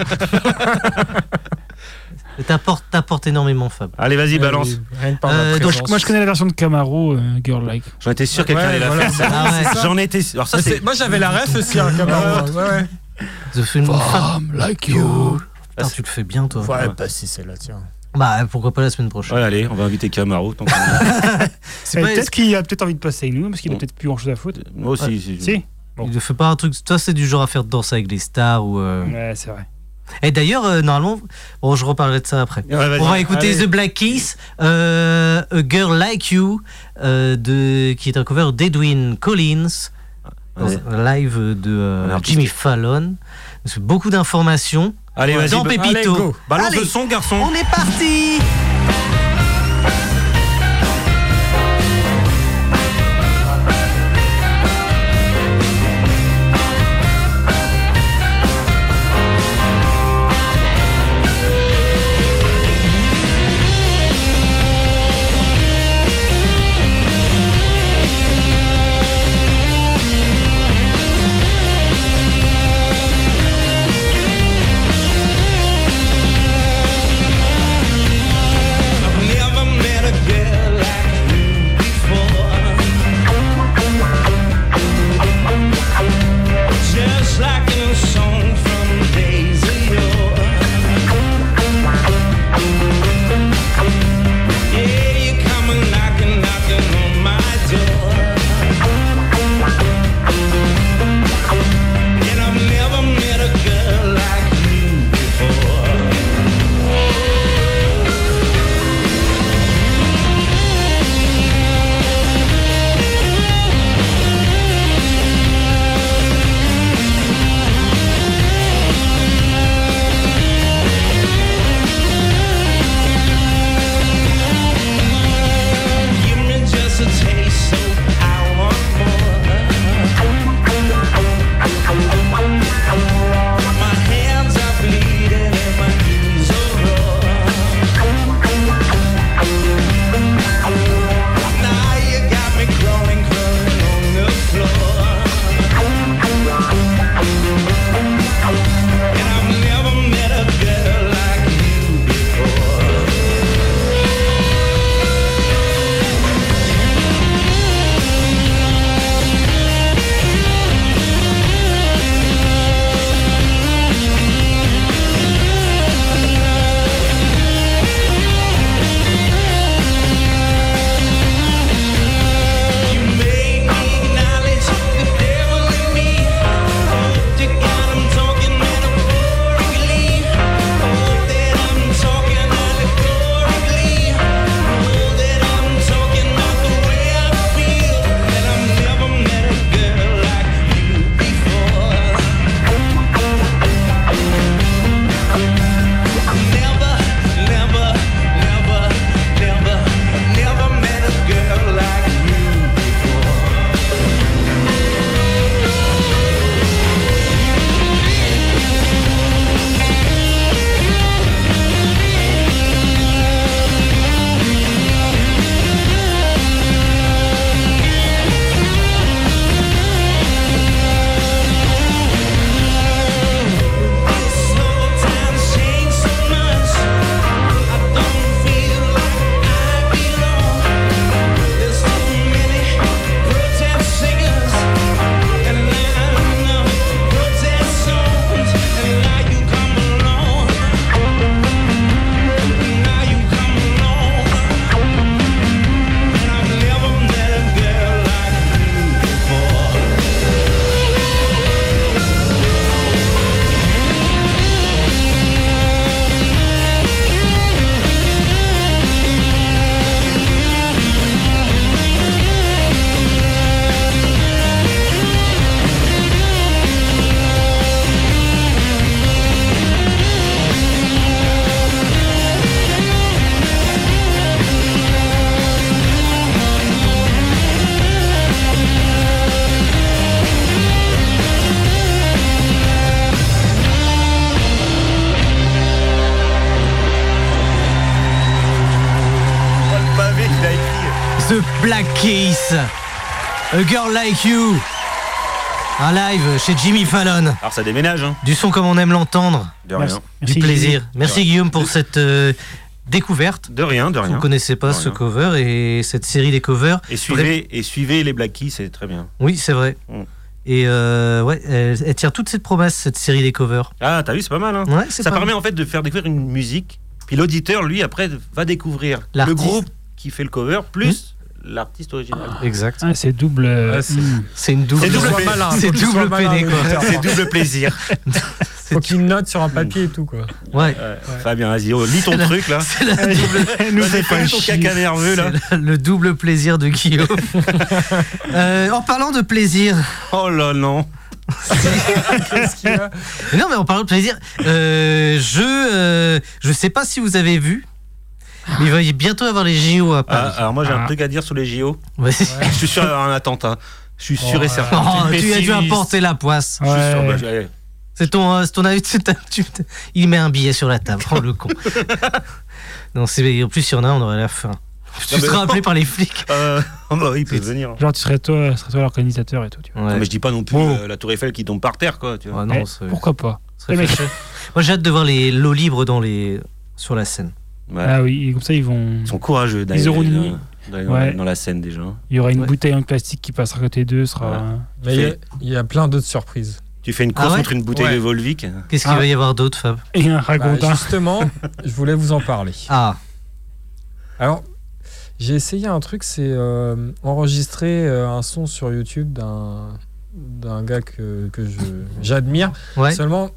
Speaker 1: T'apportes, t'apportes énormément, Fab.
Speaker 2: Allez, vas-y, balance.
Speaker 3: Eh Rien que par ma
Speaker 1: Euh, donc,
Speaker 3: présence.
Speaker 4: Moi, je connais la version de Camaro, euh, Girl Like.
Speaker 2: J'en étais sûr que quelqu'un
Speaker 3: Ouais,
Speaker 2: allait
Speaker 3: voilà,
Speaker 2: la
Speaker 3: c'est
Speaker 2: faire.
Speaker 1: Ah ouais.
Speaker 2: J'en étais sûr. Alors ça,
Speaker 3: Mais
Speaker 2: c'est
Speaker 3: c'est- Moi j'avais la ref aussi, hein, comme avant. Ouais, ouais.
Speaker 1: The Film
Speaker 4: Oh.
Speaker 1: of Fab.
Speaker 4: Ah, like you.
Speaker 1: Putain, tu le fais bien, toi.
Speaker 2: Ouais.
Speaker 3: bah si c'est là, tiens.
Speaker 1: Bah, pourquoi pas la semaine prochaine.
Speaker 2: Ouais, allez, on va inviter Camaro. tant qu'on-
Speaker 1: C'est pas-
Speaker 4: Peut-être qu'il a peut-être envie de passer avec nous, parce qu'il a
Speaker 2: Bon.
Speaker 4: peut-être plus grand chose à foutre.
Speaker 2: Moi aussi. si-
Speaker 4: Si Bon.
Speaker 1: Il ne fait pas un truc. Toi, c'est du genre à faire danser avec les stars ou. euh,
Speaker 4: Ouais, c'est vrai.
Speaker 1: Et d'ailleurs, euh, normalement, bon, je reparlerai de ça après.
Speaker 2: Ouais, vas-y.
Speaker 1: On va écouter
Speaker 3: Allez.
Speaker 1: The Black Keys, euh, A Girl Like You, euh, de, qui est un cover d'Edwin Collins, dans
Speaker 2: Allez.
Speaker 1: un live de euh,
Speaker 2: Un artiste.
Speaker 1: Jimmy Fallon. C'est Beaucoup d'informations.
Speaker 2: Allez, vas-y.
Speaker 1: Dans
Speaker 2: ba-
Speaker 1: Pépito.
Speaker 3: Allez, go.
Speaker 2: Balance
Speaker 1: Allez.
Speaker 2: le son, garçon.
Speaker 1: On est parti
Speaker 6: Girl
Speaker 1: The Black Keys. A Girl Like You. Un live chez Jimmy Fallon.
Speaker 2: Alors ça déménage, hein
Speaker 1: Du son comme on aime l'entendre.
Speaker 2: De
Speaker 4: Merci.
Speaker 2: rien.
Speaker 1: du
Speaker 4: Merci,
Speaker 1: plaisir.
Speaker 4: Julie.
Speaker 1: Merci
Speaker 2: Ouais.
Speaker 1: Guillaume pour cette euh, découverte.
Speaker 2: De rien, de
Speaker 1: Vous
Speaker 2: rien.
Speaker 1: ne connaissez pas
Speaker 2: De
Speaker 1: ce
Speaker 2: rien.
Speaker 1: cover et cette série des covers.
Speaker 2: Et suivez, et suivez les Black Keys, c'est très bien.
Speaker 1: Oui, c'est vrai.
Speaker 2: Mm.
Speaker 1: Et euh, ouais, elle, elle tient toute cette promesse, cette série des covers.
Speaker 2: Ah, t'as vu, c'est pas mal, hein
Speaker 1: Ouais, c'est
Speaker 2: Ça
Speaker 1: pas-
Speaker 2: permet en fait de faire découvrir une musique, puis l'auditeur, lui, après, va découvrir le
Speaker 1: L'artiste.
Speaker 2: groupe qui fait le cover, plus l'artiste original.
Speaker 1: Exact.
Speaker 4: Ah, c'est double. euh,
Speaker 3: Ah, c'est-
Speaker 4: hmm.
Speaker 1: C'est une double.
Speaker 2: C'est double
Speaker 3: Sois
Speaker 2: P.
Speaker 3: malin,
Speaker 1: C'est
Speaker 3: faut qu'il soit
Speaker 1: double
Speaker 3: malin,
Speaker 1: PD,
Speaker 3: le
Speaker 1: quoi.
Speaker 3: auteur.
Speaker 2: C'est double plaisir.
Speaker 1: C'est
Speaker 3: Faut qu'il note sur un papier et tout, quoi.
Speaker 1: ouais.
Speaker 2: Ouais. Fabien, vas-y, oh, lis ton
Speaker 1: la-
Speaker 2: truc là.
Speaker 1: C'est la-
Speaker 4: Nous
Speaker 2: Vas-y,
Speaker 4: fait pas
Speaker 2: fais ton
Speaker 4: chier.
Speaker 2: caca nerveux là.
Speaker 1: c'est la- le double plaisir de Guillaume. Euh, en parlant de plaisir,
Speaker 2: Oh là non.
Speaker 3: Qu'est-ce qu'il y a
Speaker 1: Mais Non, mais on parle de plaisir. Euh, je euh, je sais pas si vous avez vu, mais il va y bientôt avoir les JO à
Speaker 2: Ah,
Speaker 1: Paris.
Speaker 2: alors moi j'ai un
Speaker 4: Ah.
Speaker 2: truc à dire sur les JO.
Speaker 1: Vas-y.
Speaker 2: Je suis sûr d'avoir un attentat. Je suis sûr et
Speaker 3: Oh,
Speaker 2: certain.
Speaker 1: Oh,
Speaker 2: T'es
Speaker 1: tu as dû
Speaker 2: pessimiste.
Speaker 1: importer la poisse.
Speaker 2: Je suis sûr,
Speaker 4: Ouais.
Speaker 2: bah, je- allez.
Speaker 1: C'est ton, euh, c'est ton avis. c'est ta- tu- il met un billet sur la table. Oh le con. non, c'est en plus il y en a, on aurait la faim. Tu
Speaker 2: Non, mais
Speaker 1: seras
Speaker 2: non.
Speaker 1: appelé par les flics.
Speaker 2: Euh, oh, bah, il peut venir.
Speaker 4: Genre, tu serais toi, serais toi l'organisateur et tout. Tu vois.
Speaker 1: Ouais.
Speaker 2: Non, mais je dis pas non plus
Speaker 4: Bon.
Speaker 2: euh, la Tour Eiffel qui tombe par terre quoi. Tu vois.
Speaker 1: Ah non,
Speaker 4: Eh,
Speaker 1: ça-
Speaker 4: Pourquoi pas
Speaker 1: ça serait
Speaker 4: Eh, mec.
Speaker 1: fâcheux. Moi j'ai hâte de voir les lots libres dans les sur la scène.
Speaker 2: Ouais.
Speaker 4: Ah oui, et comme ça, ils vont.
Speaker 2: Ils sont courageux d'aller
Speaker 4: auront une-
Speaker 2: dans, d'aller dans-
Speaker 4: Ouais.
Speaker 2: dans la scène déjà.
Speaker 4: Il y aura une
Speaker 1: Ouais.
Speaker 4: bouteille en plastique qui passera à côté d'eux. Sera...
Speaker 3: Mais il y a- il y, a plein d'autres surprises.
Speaker 2: Tu fais une
Speaker 1: Ah
Speaker 2: course
Speaker 1: ouais
Speaker 2: contre une bouteille
Speaker 3: Ouais.
Speaker 2: de Volvic.
Speaker 1: Qu'est-ce qu'il
Speaker 4: Ah.
Speaker 1: va y avoir d'autre, Fab
Speaker 4: Et un
Speaker 3: Bah,
Speaker 4: ragotin.
Speaker 3: justement, je voulais vous en parler.
Speaker 1: Ah,
Speaker 3: Alors, j'ai essayé un truc, c'est euh, enregistrer euh, un son sur YouTube d'un d'un gars que, que je- j'admire.
Speaker 1: ouais.
Speaker 3: Seulement,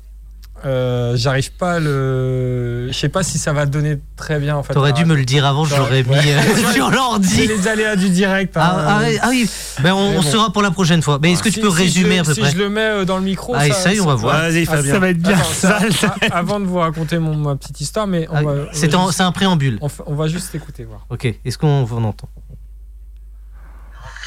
Speaker 3: euh, j'arrive pas à le. Je sais pas si ça va donner très bien en fait.
Speaker 1: T'aurais dû
Speaker 3: à-
Speaker 1: me le dire avant, je l'aurais
Speaker 3: T'aurais-
Speaker 1: mis euh,
Speaker 3: Ouais.
Speaker 1: sur
Speaker 3: C'est
Speaker 1: l'ordi.
Speaker 3: les aléas du direct. hein.
Speaker 1: Ah, ah, ouais, ah oui, ben on,
Speaker 3: Mais
Speaker 1: on
Speaker 3: bon. Ah,
Speaker 1: saura pour la prochaine fois. Mais est-ce que
Speaker 3: Si-
Speaker 1: tu peux
Speaker 3: si
Speaker 1: résumer
Speaker 3: je-
Speaker 1: à peu
Speaker 3: si
Speaker 1: près
Speaker 3: je le mets euh, dans le micro.
Speaker 1: Ah,
Speaker 3: ça-
Speaker 1: essaye, on
Speaker 3: ça-
Speaker 1: va voir.
Speaker 2: Vas-y
Speaker 3: Ah,
Speaker 2: Fabien.
Speaker 4: Ça va être bien
Speaker 3: Attends, ça-
Speaker 4: sale.
Speaker 3: a- avant de vous raconter mon, ma petite histoire, mais on,
Speaker 1: Ah,
Speaker 3: va, on
Speaker 1: C'est
Speaker 3: va
Speaker 1: en-
Speaker 3: juste-
Speaker 1: c'est un préambule.
Speaker 3: on f- on va juste écouter voir.
Speaker 1: Ok, est-ce qu'on on entend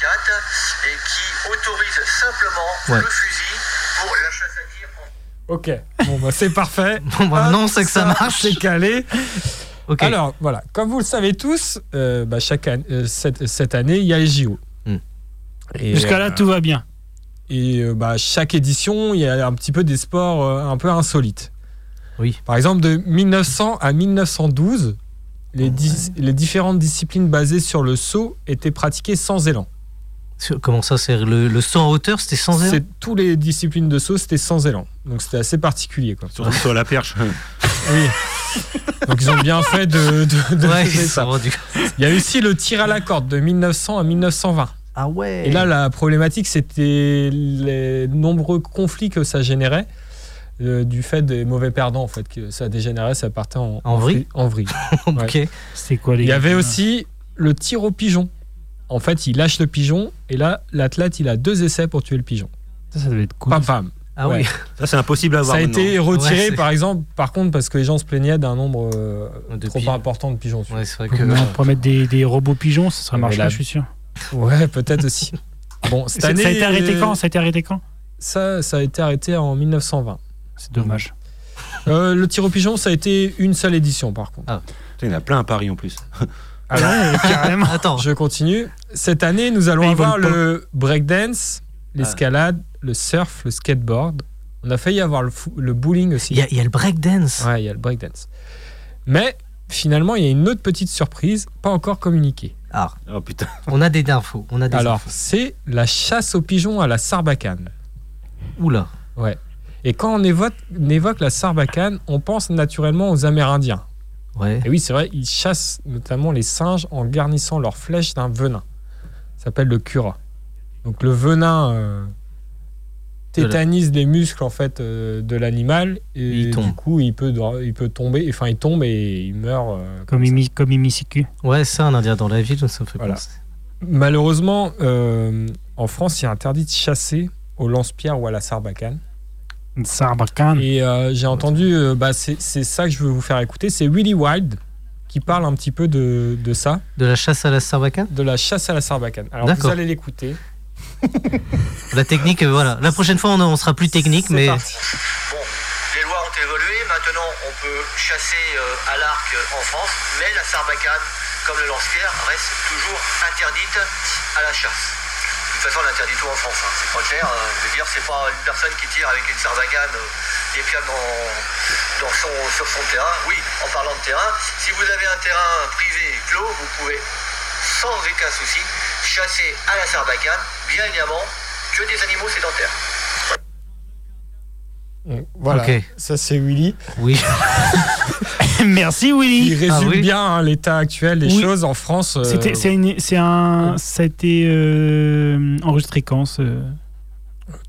Speaker 6: 44, et qui autorise simplement
Speaker 1: Ouais.
Speaker 6: le fusil pour la chasse à tir.
Speaker 3: Ok, bon bah c'est parfait.
Speaker 1: Bon, bah,
Speaker 3: Hop,
Speaker 1: non, c'est que ça marche.
Speaker 3: C'est calé.
Speaker 1: Ok,
Speaker 3: Alors voilà, comme vous le savez tous, euh, bah, chaque année, euh, cette, cette année, il y a les JO.
Speaker 1: Hmm.
Speaker 3: Et,
Speaker 4: Jusqu'à là,
Speaker 3: euh,
Speaker 4: tout va bien.
Speaker 3: Et euh, bah, chaque édition, il y a un petit peu des sports euh, un peu insolites.
Speaker 1: Oui.
Speaker 3: Par exemple, de 1900 à 1912, les, dis- les différentes disciplines basées sur le saut étaient pratiquées sans élan.
Speaker 1: Sur- comment ça, c'est le, le saut en hauteur, c'était sans zéro
Speaker 3: C'est toutes les disciplines de saut, c'était sans élan. Donc c'était assez particulier. Quoi.
Speaker 2: Surtout sur la perche.
Speaker 3: Oui. Donc ils ont bien fait de, de, de
Speaker 1: Ouais,
Speaker 3: lever
Speaker 1: ils
Speaker 3: ça.
Speaker 1: sont rendus-
Speaker 3: Il y a aussi le tir à la corde de 1900 à 1920.
Speaker 1: Ah ouais.
Speaker 3: Et là, la problématique, c'était les nombreux conflits que ça générait. euh, du fait des mauvais perdants, en fait, que ça dégénérait, ça partait en,
Speaker 1: En vrille
Speaker 3: en vrille.
Speaker 1: ok.
Speaker 4: C'est quoi les
Speaker 3: Il y
Speaker 4: gars
Speaker 3: avait aussi le tir au pigeon. En fait, il lâche le pigeon, et là, l'athlète, il a deux essais pour tuer le pigeon.
Speaker 4: Ça, ça devait être cool.
Speaker 3: Pam, pam.
Speaker 1: Ah
Speaker 3: Ouais.
Speaker 1: oui.
Speaker 2: Ça c'est impossible à
Speaker 3: Ça
Speaker 2: voir.
Speaker 3: a
Speaker 2: maintenant.
Speaker 3: été
Speaker 1: Ouais,
Speaker 3: retiré,
Speaker 1: c'est-
Speaker 3: par exemple, par contre, parce que les gens se plaignaient d'un nombre euh,
Speaker 1: De
Speaker 3: trop
Speaker 1: pigeons.
Speaker 3: important de pigeons. tu
Speaker 1: Ouais, c'est vrai que.
Speaker 4: On pourrait mettre des, des robots pigeons, ça serait
Speaker 3: Mais
Speaker 4: marché,
Speaker 3: là-
Speaker 4: je suis sûr.
Speaker 3: vois. Ouais, peut-être aussi. Bon, cette
Speaker 4: Ça,
Speaker 3: année,
Speaker 4: ça a été arrêté
Speaker 3: euh,
Speaker 4: quand Ça a été arrêté quand
Speaker 3: ça, ça a été arrêté en 1920.
Speaker 4: C'est dommage.
Speaker 3: Euh, le tir au pigeon, ça a été une seule édition par contre.
Speaker 2: Putain, Il y en a plein à Paris en plus.
Speaker 4: ouais, carrément.
Speaker 1: Attends,
Speaker 3: Je continue. Cette année, nous
Speaker 4: Ah,
Speaker 3: allons
Speaker 4: Oh. ils
Speaker 3: avoir
Speaker 4: veulent pas. Ah.
Speaker 3: le breakdance, l'escalade, le surf, le skateboard. On a failli avoir le, fou- le bowling aussi.
Speaker 1: il y, a- il y a le breakdance.
Speaker 3: Ouais, il y a le breakdance. Mais finalement, il y a une autre petite surprise, pas encore communiquée.
Speaker 1: Alors,
Speaker 2: Oh putain.
Speaker 1: on a des infos. On a des
Speaker 3: Alors,
Speaker 1: infos.
Speaker 3: c'est la chasse aux pigeons à la sarbacane.
Speaker 1: Oula.
Speaker 3: Et quand on évoque, on évoque la sarbacane, on pense naturellement aux Amérindiens.
Speaker 1: Ouais.
Speaker 3: Et oui, c'est vrai, ils chassent notamment les singes en garnissant leurs flèches d'un venin. Ça s'appelle le cura. Donc le venin euh,
Speaker 1: De la-
Speaker 3: tétanise les muscles en fait euh, de l'animal et
Speaker 1: Il tombe.
Speaker 3: du coup il peut dro- il peut tomber enfin il tombe et il meurt euh,
Speaker 4: Comme
Speaker 3: ça.
Speaker 4: Imi- comme Imisicu.
Speaker 1: Ouais, ça, un indien dans la ville, ça me fait
Speaker 3: Voilà.
Speaker 1: penser.
Speaker 3: Malheureusement euh, en France, il est interdit de chasser au lance-pierre ou à la sarbacane.
Speaker 4: Une sarbacane.
Speaker 3: Et euh, j'ai entendu euh, bah, c'est c'est ça que je veux vous faire écouter, c'est Willy Wild qui parle un petit peu de, de ça.
Speaker 1: De la chasse à la sarbacane
Speaker 3: de la chasse à la sarbacane. Alors vous
Speaker 1: D'accord.
Speaker 3: allez l'écouter.
Speaker 1: La technique, euh, voilà. La prochaine fois, on, on sera plus technique,
Speaker 3: C'est
Speaker 1: mais.
Speaker 3: parti.
Speaker 6: Bon, les lois ont évolué, maintenant on peut chasser euh, à l'arc euh, en France, mais la sarbacane comme le lance-pierre, reste toujours interdite à la chasse. De toute façon, elle interdit tout en France. hein. C'est pas cher. euh, je veux dire, c'est pas une personne qui tire avec une sarbacane euh, des câbles dans, dans son- sur son terrain. Oui, en parlant de terrain, si vous avez un terrain privé clos, vous pouvez sans aucun souci chasser à la sarbacane, bien évidemment, que des animaux sédentaires.
Speaker 3: Donc, Euh, Voilà,
Speaker 1: Ok.
Speaker 3: ça c'est Willy.
Speaker 1: Oui.
Speaker 4: Merci Willy.
Speaker 3: Il résume
Speaker 1: oui.
Speaker 3: bien hein, l'état actuel des
Speaker 4: Oui.
Speaker 3: choses en France. euh,
Speaker 4: C'était, c'est une- c'est un, ça a été euh, enregistré quand ce-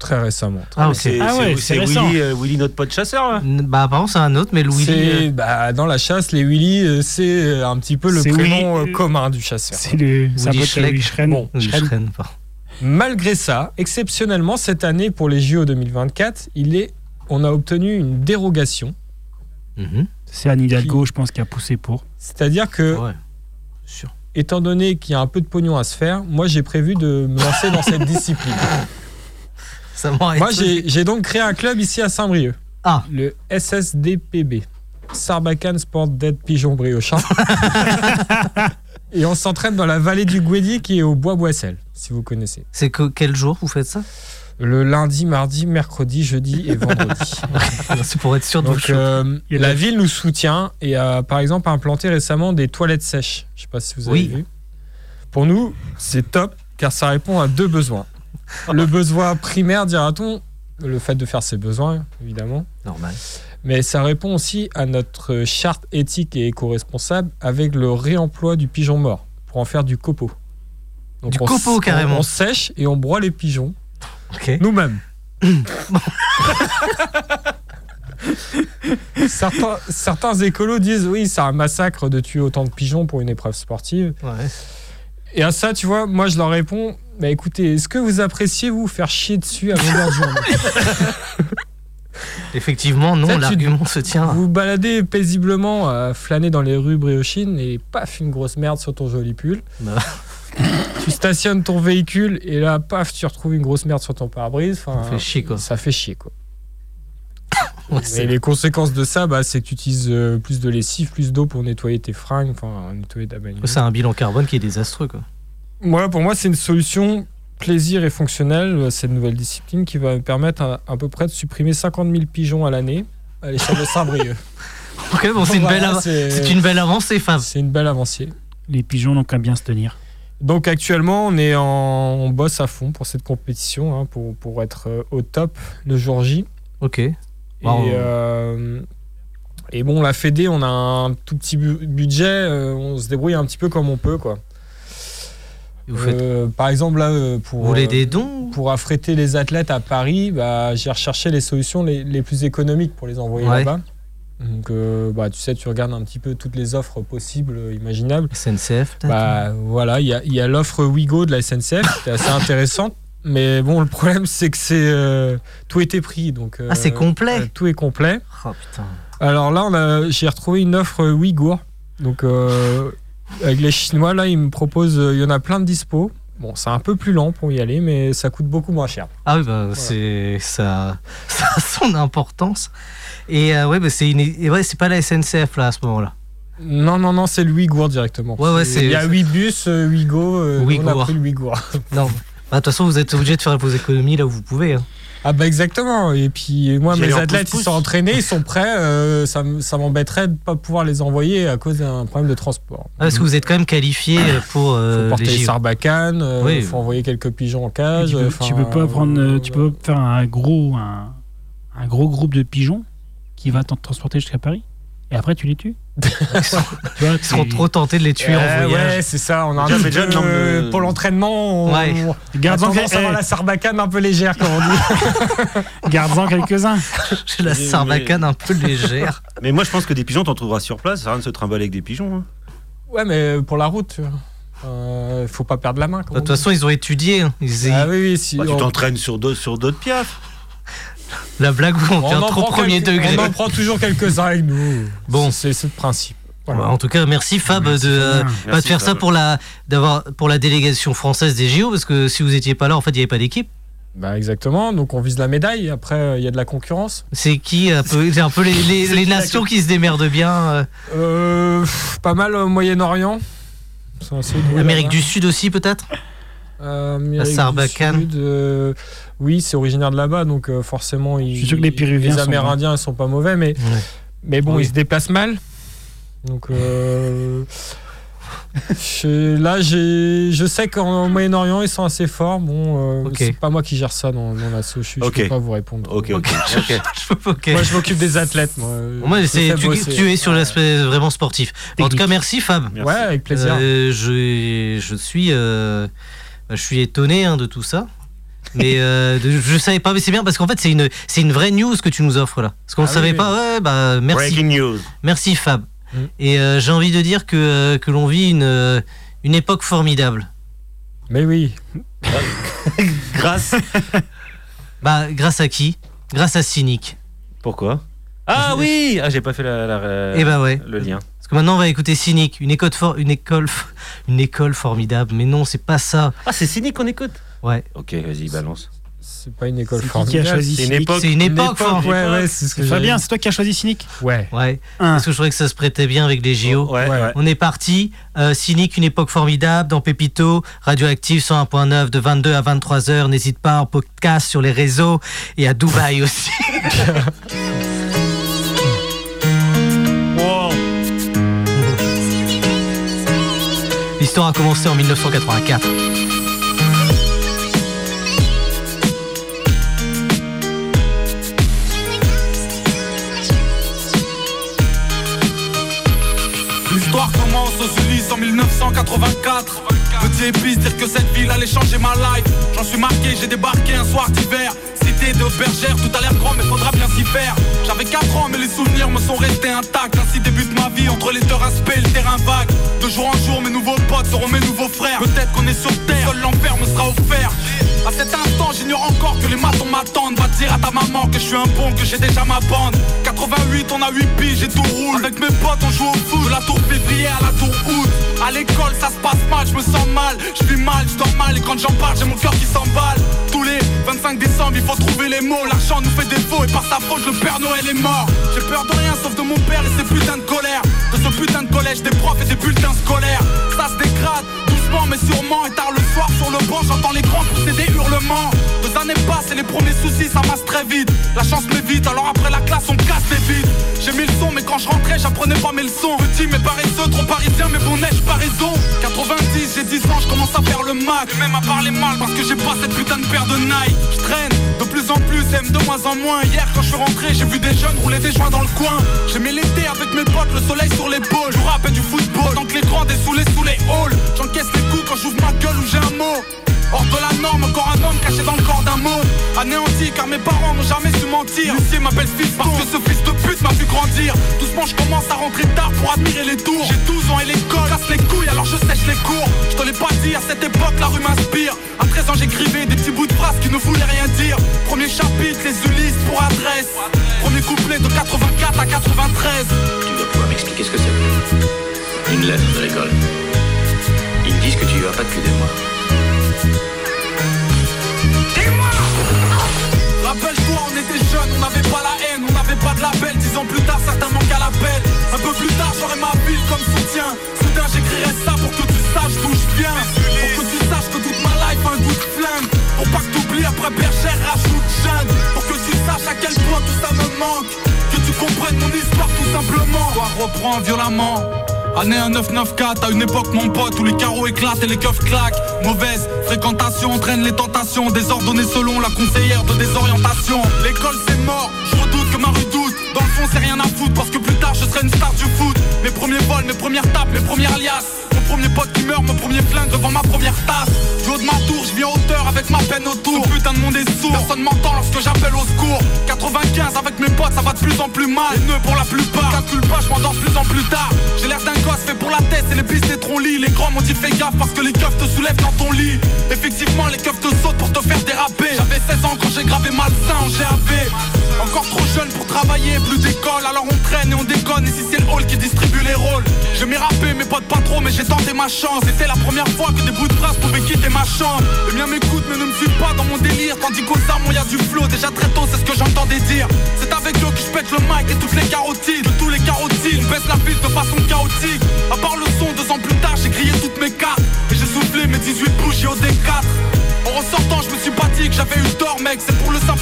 Speaker 3: Très récemment.
Speaker 1: Ah, ok.
Speaker 2: C'est
Speaker 4: Ah
Speaker 2: c'est-
Speaker 4: ouais,
Speaker 2: c'est
Speaker 4: c'est récent.
Speaker 2: Willy, euh, Willy, notre pote chasseur. là.
Speaker 1: Bah, apparemment, c'est un autre, mais Louis. euh,
Speaker 3: C'est- bah, dans la chasse, les Willy, euh, c'est euh, un petit peu le
Speaker 4: C'est
Speaker 3: prénom
Speaker 4: Willy,
Speaker 3: euh,
Speaker 4: euh,
Speaker 3: commun du chasseur.
Speaker 4: C'est le, c'est un
Speaker 1: Willy
Speaker 4: pote à
Speaker 1: Schleck.
Speaker 4: Willy Schren.
Speaker 3: Bon,
Speaker 1: euh,
Speaker 4: Schren.
Speaker 1: Schren, pardon.
Speaker 3: Malgré ça, exceptionnellement, cette année pour les JO 2024, il est, on a obtenu une dérogation.
Speaker 1: Mhm.
Speaker 4: C'est Anne Hidalgo, je pense, qui a poussé pour.
Speaker 3: C'est-à-dire que,
Speaker 1: Ouais. Sûr.
Speaker 3: étant donné qu'il y a un peu de pognon à se faire, moi j'ai prévu de me lancer dans cette discipline.
Speaker 1: Ça m'aurait
Speaker 3: Moi
Speaker 1: étonné.
Speaker 3: j'ai j'ai donc créé un club ici à Saint-Brieuc.
Speaker 1: Ah.
Speaker 3: Le SSDPB. Sarbacane Sport Dead Pigeon Briochin. Et on s'entraîne dans la vallée du Guédier qui est au bois Boissel, si vous connaissez.
Speaker 1: C'est que, quel jour vous faites ça
Speaker 3: Le lundi, mardi, mercredi, jeudi et vendredi.
Speaker 1: C'est pour être sûr de vos
Speaker 3: Donc
Speaker 1: choses.
Speaker 3: euh,
Speaker 4: Il y a
Speaker 3: la
Speaker 4: des-
Speaker 3: ville nous soutient et a par exemple implanté récemment des toilettes sèches. Je sais pas si vous avez
Speaker 1: Oui.
Speaker 3: vu. Pour nous, c'est top car ça répond à deux besoins. Le besoin primaire, dira-t-on, le fait de faire ses besoins, évidemment.
Speaker 1: Normal.
Speaker 3: Mais ça répond aussi à notre charte éthique et éco-responsable avec le réemploi du pigeon mort pour en faire du copeau. Donc
Speaker 1: Du
Speaker 3: on
Speaker 1: copeau,
Speaker 3: s- on-
Speaker 1: carrément.
Speaker 3: On sèche et on broie les pigeons
Speaker 1: Ok.
Speaker 3: nous-mêmes. certains, certains écolos disent oui, c'est un massacre de tuer autant de pigeons pour une épreuve sportive.
Speaker 1: Ouais.
Speaker 3: Et à ça, tu vois, moi je leur réponds bah écoutez, est-ce que vous appréciez vous faire chier dessus à longueur de journée
Speaker 1: Effectivement, non,
Speaker 3: Ça, tu-
Speaker 1: l'argument se tient.
Speaker 3: Vous baladez paisiblement à flâner dans les rues briochines et paf, une grosse merde sur ton joli pull.
Speaker 1: Non.
Speaker 3: tu stationnes ton véhicule et là, paf, tu retrouves une grosse merde sur ton pare-brise. Enfin,
Speaker 1: Ça fait chier, quoi.
Speaker 3: Ça fait chier, quoi.
Speaker 1: Ouais,
Speaker 3: Et
Speaker 1: c'est-
Speaker 3: les conséquences de ça, bah, c'est que tu utilises euh, plus de lessive, plus d'eau pour nettoyer tes fringues, enfin, nettoyer ta bagnole.
Speaker 1: C'est un bilan carbone qui est désastreux. Quoi.
Speaker 3: Moi, pour moi, c'est une solution plaisir et fonctionnelle, euh, cette nouvelle discipline qui va me permettre à, à peu près de supprimer 50 000 pigeons à l'année à l'échelle de Saint-Brieuc.
Speaker 1: Ok, bon, c'est une,
Speaker 3: Voilà,
Speaker 1: belle av-
Speaker 3: c'est-
Speaker 1: c'est une belle avancée. Enfin,
Speaker 3: C'est une belle avancée.
Speaker 4: Les pigeons n'ont qu'à bien se tenir.
Speaker 3: Donc actuellement, on est en, on bosse à fond pour cette compétition, hein, pour, pour être euh, au top le jour J.
Speaker 1: ok.
Speaker 3: Et,
Speaker 1: Wow.
Speaker 3: euh, et bon, la Fédé, on a un tout petit bu- budget, euh, on se débrouille un petit peu comme on peut, quoi.
Speaker 1: Vous, faites...
Speaker 3: Euh, par exemple, là, euh, pour,
Speaker 1: vous voulez
Speaker 3: euh,
Speaker 1: des dons
Speaker 3: pour affréter les athlètes à Paris, bah, j'ai recherché les solutions les, les plus économiques pour les envoyer
Speaker 1: Ouais.
Speaker 3: là-bas. Donc, euh, bah, tu sais, tu regardes un petit peu toutes les offres possibles, euh, imaginables.
Speaker 1: SNCF peut-être
Speaker 3: Bah voilà, il y a, il y a l'offre Wigo de la SNCF, qui est assez intéressante. Mais bon, le problème, c'est que c'est euh, tout était pris. Donc, euh,
Speaker 1: Ah, c'est complet
Speaker 3: euh, Tout est complet.
Speaker 1: Oh putain.
Speaker 3: Alors là, on a- j'ai retrouvé une offre Ouïghour. Donc, euh, avec les Chinois, là, ils me proposent. euh, Il y en a plein de dispo. Bon, c'est un peu plus lent pour y aller, mais ça coûte beaucoup moins cher.
Speaker 1: Ah oui, bah, c'est ça, ça a son importance. Et euh, ouais, bah, c'est une... et ouais, c'est pas la SNCF là à ce moment-là.
Speaker 3: Non, non, non, c'est le Ouïghour directement.
Speaker 1: Ouais, ouais, c'est-
Speaker 3: il y a 8 bus euh, Ouigo. euh, nous, on a
Speaker 1: Ouïghour.
Speaker 3: pris le Ouïghour.
Speaker 1: Non. Bah, De toute façon, vous êtes obligé de faire vos économies là où vous pouvez. hein.
Speaker 3: Ah bah exactement. Et puis moi,
Speaker 2: J'y
Speaker 3: mes
Speaker 2: allais en
Speaker 3: athlètes, ils
Speaker 2: pouce-pouce.
Speaker 3: sont entraînés, ils sont prêts. euh, ça m- ça m'embêterait de ne pas pouvoir les envoyer à cause d'un problème de transport.
Speaker 1: Ah, parce que vous êtes quand même qualifié euh, pour
Speaker 3: faut
Speaker 1: euh,
Speaker 3: porter
Speaker 1: les
Speaker 3: les
Speaker 1: JO.
Speaker 3: sarbacanes, euh,
Speaker 1: Oui.
Speaker 3: faut envoyer quelques pigeons en cage.
Speaker 4: tu, peux, tu peux pas prendre, euh, tu peux pas faire un gros, un, un gros groupe de pigeons qui va t'en transporter jusqu'à Paris. Et après, tu les tues.
Speaker 1: Ils sont,
Speaker 4: Tu vois,
Speaker 1: E ils sont
Speaker 4: t'es-
Speaker 1: trop tentés de les tuer en voyage.
Speaker 3: euh, ouais, c'est ça. On a un
Speaker 2: Déjà,
Speaker 3: petit
Speaker 2: déjà,
Speaker 3: peu,
Speaker 2: le nombre de-
Speaker 3: euh, pour l'entraînement. On,
Speaker 1: Ouais.
Speaker 3: on a
Speaker 4: Garde-en
Speaker 3: tendance à avoir la
Speaker 4: eh,
Speaker 3: sarbacane un peu légère, comme on dit.
Speaker 4: garde-en quelques-uns.
Speaker 1: J'ai la
Speaker 2: Mais-
Speaker 1: sarbacane un peu légère.
Speaker 2: Mais moi, je pense que des pigeons, t'en trouveras sur place. Ça sert à rien de se trimballer avec des pigeons. hein.
Speaker 3: ouais, mais pour la route, il faut pas perdre la main.
Speaker 1: De
Speaker 3: comme
Speaker 1: toute
Speaker 3: on
Speaker 1: façon, ils ont étudié. hein. Ils-
Speaker 3: dit. ah oui, oui, si
Speaker 2: Bah, tu
Speaker 3: on-
Speaker 2: t'entraînes sur d'autres sur d'autres piafs.
Speaker 1: La blague où on,
Speaker 3: on
Speaker 1: tient
Speaker 3: en
Speaker 1: trop
Speaker 3: prend
Speaker 1: premier
Speaker 3: quelques-
Speaker 1: degré.
Speaker 3: On en prend toujours quelques-uns avec nous.
Speaker 1: Bon.
Speaker 3: c'est c'est le principe. Voilà.
Speaker 1: Bah, en tout cas, merci Fab de euh, pas
Speaker 2: Merci,
Speaker 1: de faire ça
Speaker 2: Fab.
Speaker 1: pour la d'avoir pour la délégation française des JO parce que si vous étiez pas là, en fait, il n'y avait pas d'équipe.
Speaker 3: Bah exactement, donc on vise la médaille, après euh, il y a de la concurrence.
Speaker 1: C'est qui un peu, c'est un peu les, les- les nations qui se démerdent bien. euh.
Speaker 3: Euh, pff, pas mal au Moyen-Orient, Ils sont assez doués
Speaker 1: Amérique
Speaker 3: là-bas.
Speaker 1: du Sud aussi, peut-être
Speaker 3: Euh, Amérique
Speaker 1: La
Speaker 3: du
Speaker 1: Sarbacane.
Speaker 3: Sud, euh, oui, c'est originaire de là-bas, donc euh, forcément, ils,
Speaker 4: Je suis sûr que les Péruviens sont-
Speaker 3: Amérindiens ils sont pas mauvais, mais,
Speaker 1: Ouais.
Speaker 3: mais bon,
Speaker 1: Oui.
Speaker 3: ils se déplacent mal. Donc euh, je- là, j'ai- je sais qu'en Moyen-Orient, ils sont assez forts. Bon, euh,
Speaker 1: Ok.
Speaker 3: c'est pas moi qui gère ça dans, dans l'assaut, je, ne
Speaker 2: Ok.
Speaker 3: peux pas vous répondre.
Speaker 2: Ok, ok.
Speaker 1: ok. Je peux pas- ok.
Speaker 3: Moi, je m'occupe des athlètes. Moi,
Speaker 1: Moi,
Speaker 3: Je
Speaker 1: c'est-
Speaker 3: fais
Speaker 1: tu,
Speaker 3: bosser.
Speaker 1: tu es sur l'aspect vraiment sportif. En tout cas, merci Fab.
Speaker 3: Ouais, avec plaisir.
Speaker 1: Euh, je, je suis, euh, je suis étonné hein, de tout ça. Mais euh, de- je savais pas, mais c'est bien parce qu'en fait c'est une, c'est une vraie news que tu nous offres là. Parce qu'on
Speaker 3: Ah
Speaker 1: ne savait
Speaker 3: oui.
Speaker 1: pas. Ouais, bah merci,
Speaker 2: Breaking news.
Speaker 1: merci Fab.
Speaker 3: Mm.
Speaker 1: Et euh, j'ai envie de dire que, euh, que l'on vit une, euh, une époque formidable.
Speaker 3: Mais oui,
Speaker 2: Grâce.
Speaker 1: Bah grâce à qui Grâce à Cynic.
Speaker 2: Pourquoi Ah oui Ah, j'ai pas fait la, la- la-
Speaker 1: Eh ben ouais.
Speaker 2: le lien.
Speaker 1: Parce que maintenant on va écouter Cynic, une école, for- une école, f- une école formidable. Mais non, c'est pas ça.
Speaker 2: Ah, c'est cynique qu'on écoute
Speaker 1: Ouais.
Speaker 2: Ok, vas-y, balance.
Speaker 3: c'est pas une école
Speaker 4: C'est qui qui a
Speaker 3: formidable.
Speaker 4: choisi
Speaker 2: C'est une
Speaker 4: Cynic
Speaker 2: époque.
Speaker 1: C'est une
Speaker 3: Une
Speaker 1: époque,
Speaker 3: époque,
Speaker 1: formidable.
Speaker 3: ouais, ouais, c'est ce que j'allais
Speaker 4: Fabien,
Speaker 3: dire.
Speaker 4: c'est toi qui as choisi Cynic
Speaker 3: Ouais.
Speaker 1: Ouais.
Speaker 4: Un.
Speaker 1: Parce que je trouvais que ça se prêtait bien avec les JO.
Speaker 2: Ouais,
Speaker 3: Ouais.
Speaker 2: ouais.
Speaker 1: On est parti. Euh, Cynique, une époque formidable dans Pépito, Radioactive 101.9 de 22 à 23 heures. N'hésite pas en podcast sur les réseaux et à Dubaï aussi. L'histoire a commencé en 1984.
Speaker 7: L'histoire commence se lisse en 1984 Petit épice dire que cette ville allait changer ma life J'en suis marqué, j'ai débarqué un soir d'hiver Cité de bergère, tout a l'air grand mais faudra bien s'y faire J'avais 4 ans mais les souvenirs me sont restés intacts Ainsi débute ma vie entre les deux aspects et le terrain vague De jour en jour mes nouveaux potes seront mes nouveaux frères Peut-être qu'on est sur terre, seul l'enfer me sera offert à cet instant, j'ignore encore que les matons m'attendent. Va dire à ta maman que je suis un bon, que j'ai déjà ma bande. 88, on a 8 piges et tout roule. Avec mes potes, on joue au foot. De la tour février à la tour août. À l'école, ça se passe mal, je me sens mal. Je vis mal, je dors mal. Et quand j'en parle, j'ai mon cœur qui s'emballe. Tous les 25 décembre, il faut trouver les mots. L'argent nous fait défaut et par sa faute, le Père Noël est mort. J'ai peur de rien sauf de mon père et ses putains de colères. De ce putain de collège, des profs et des bulletins scolaires. Ça se dégrade doucement mais sûrement Et tard le soir sur le banc j'entends les grands pousser des hurlements Deux années passent et les premiers soucis ça masse très vite La chance m'évite alors après la classe on casse les vides J'ai mis le son mais quand je rentrais j'apprenais pas mes leçons Petit mais paresseux trop parisien mais bon n'ai-je pas raison 90 j'ai 10 ans je commence à faire le mal Et même à parler mal parce que j'ai pas cette putain de paire de Nike Je traîne de plus en plus aime de moins en moins Hier quand je suis rentré j'ai vu des jeunes rouler des joints dans le coin J'aimais l'été avec mes potes le soleil sur l'épaule Je vous rappelle du football tant que les grands dessoulés sous les halls J'encaisse les coups quand j'ouvre ma gueule ou j'ai un mot Hors de la norme, encore un homme caché dans le corps d'un mot Anéanti car mes parents n'ont jamais su mentir L'huissier m'appelle fils parce que ce fils de pute m'a vu grandir Doucement je commence à rentrer tard pour admirer les tours J'ai 12 ans et l'école casse les couilles alors je sèche les cours Je te l'ai pas dit à cette époque la rue m'inspire À 13 ans j'écrivais des petits bouts de phrases qui ne voulaient rien dire Premier chapitre les Ulysses pour adresse Premier couplet de 84 à 93
Speaker 8: Tu dois pouvoir m'expliquer ce que c'est. Une lettre de l'école. Ils me disent que tu y vas pas depuis des mois.
Speaker 7: Rappelle-toi, on était jeunes, on n'avait pas la haine, on n'avait pas de label. Dix ans plus tard, certains manquent à l'appel. Un peu plus tard, j'aurai ma ville comme soutien. Soudain, j'écrirai ça pour que tu saches d'où je viens. Pour que tu saches que toute ma life a un goût de flingue. Pour pas que t'oublies après Bergère, rajoute jeune. Pour que tu saches à quel point tout ça me manque. Que tu comprennes mon histoire tout simplement. Toi, reprends violemment. Année 1994, à une époque mon pote où les carreaux éclatent et les keufs claquent Mauvaise fréquentation entraîne les tentations Désordonnées selon la conseillère de désorientation L'école c'est mort, je redoute que ma rue doute Dans le fond c'est rien à foutre parce que plus tard je serai une star du foot Mes premiers vols, mes premières tapes, mes premières alias Mon premier pote qui meurt, mon premier flingue devant ma première tasse Du haut de ma tour, je viens hauteur avec ma peine autour Ce putain de monde est sourd, personne m'entend lorsque j'appelle au secours 95 avec mes potes ça va de plus en plus mal Les nœuds pour la plupart, calcule pas, je m'endors de plus en plus tard J'ai l'air d'un gosse fait pour la tête et les pistes et ton lit Les grands m'ont dit fais gaffe parce que les keufs te soulèvent dans ton lit Effectivement les keufs te sautent pour te faire déraper J'avais 16 ans quand j'ai gravé malsain en GAP Encore trop jeune pour travailler, plus d'école Alors on traîne et on déconne ici c'est le hall qui distribue les rôles Je m'y rappé mes potes pas trop mais j'ai tenté ma chance C'était la première fois que des bouts de phrases pouvaient quitter ma chambre Les miens m'écoutent mais ne me suivent pas dans mon délire Tandis qu'aux armes y a du flow déjà très tôt c'est ce que j'entendais dire C'est avec eux que je pète le mic et toutes les carotides De tous les carotides, baisse la pile de façon chaotique À part le son, deux ans plus tard j'ai grillé toutes mes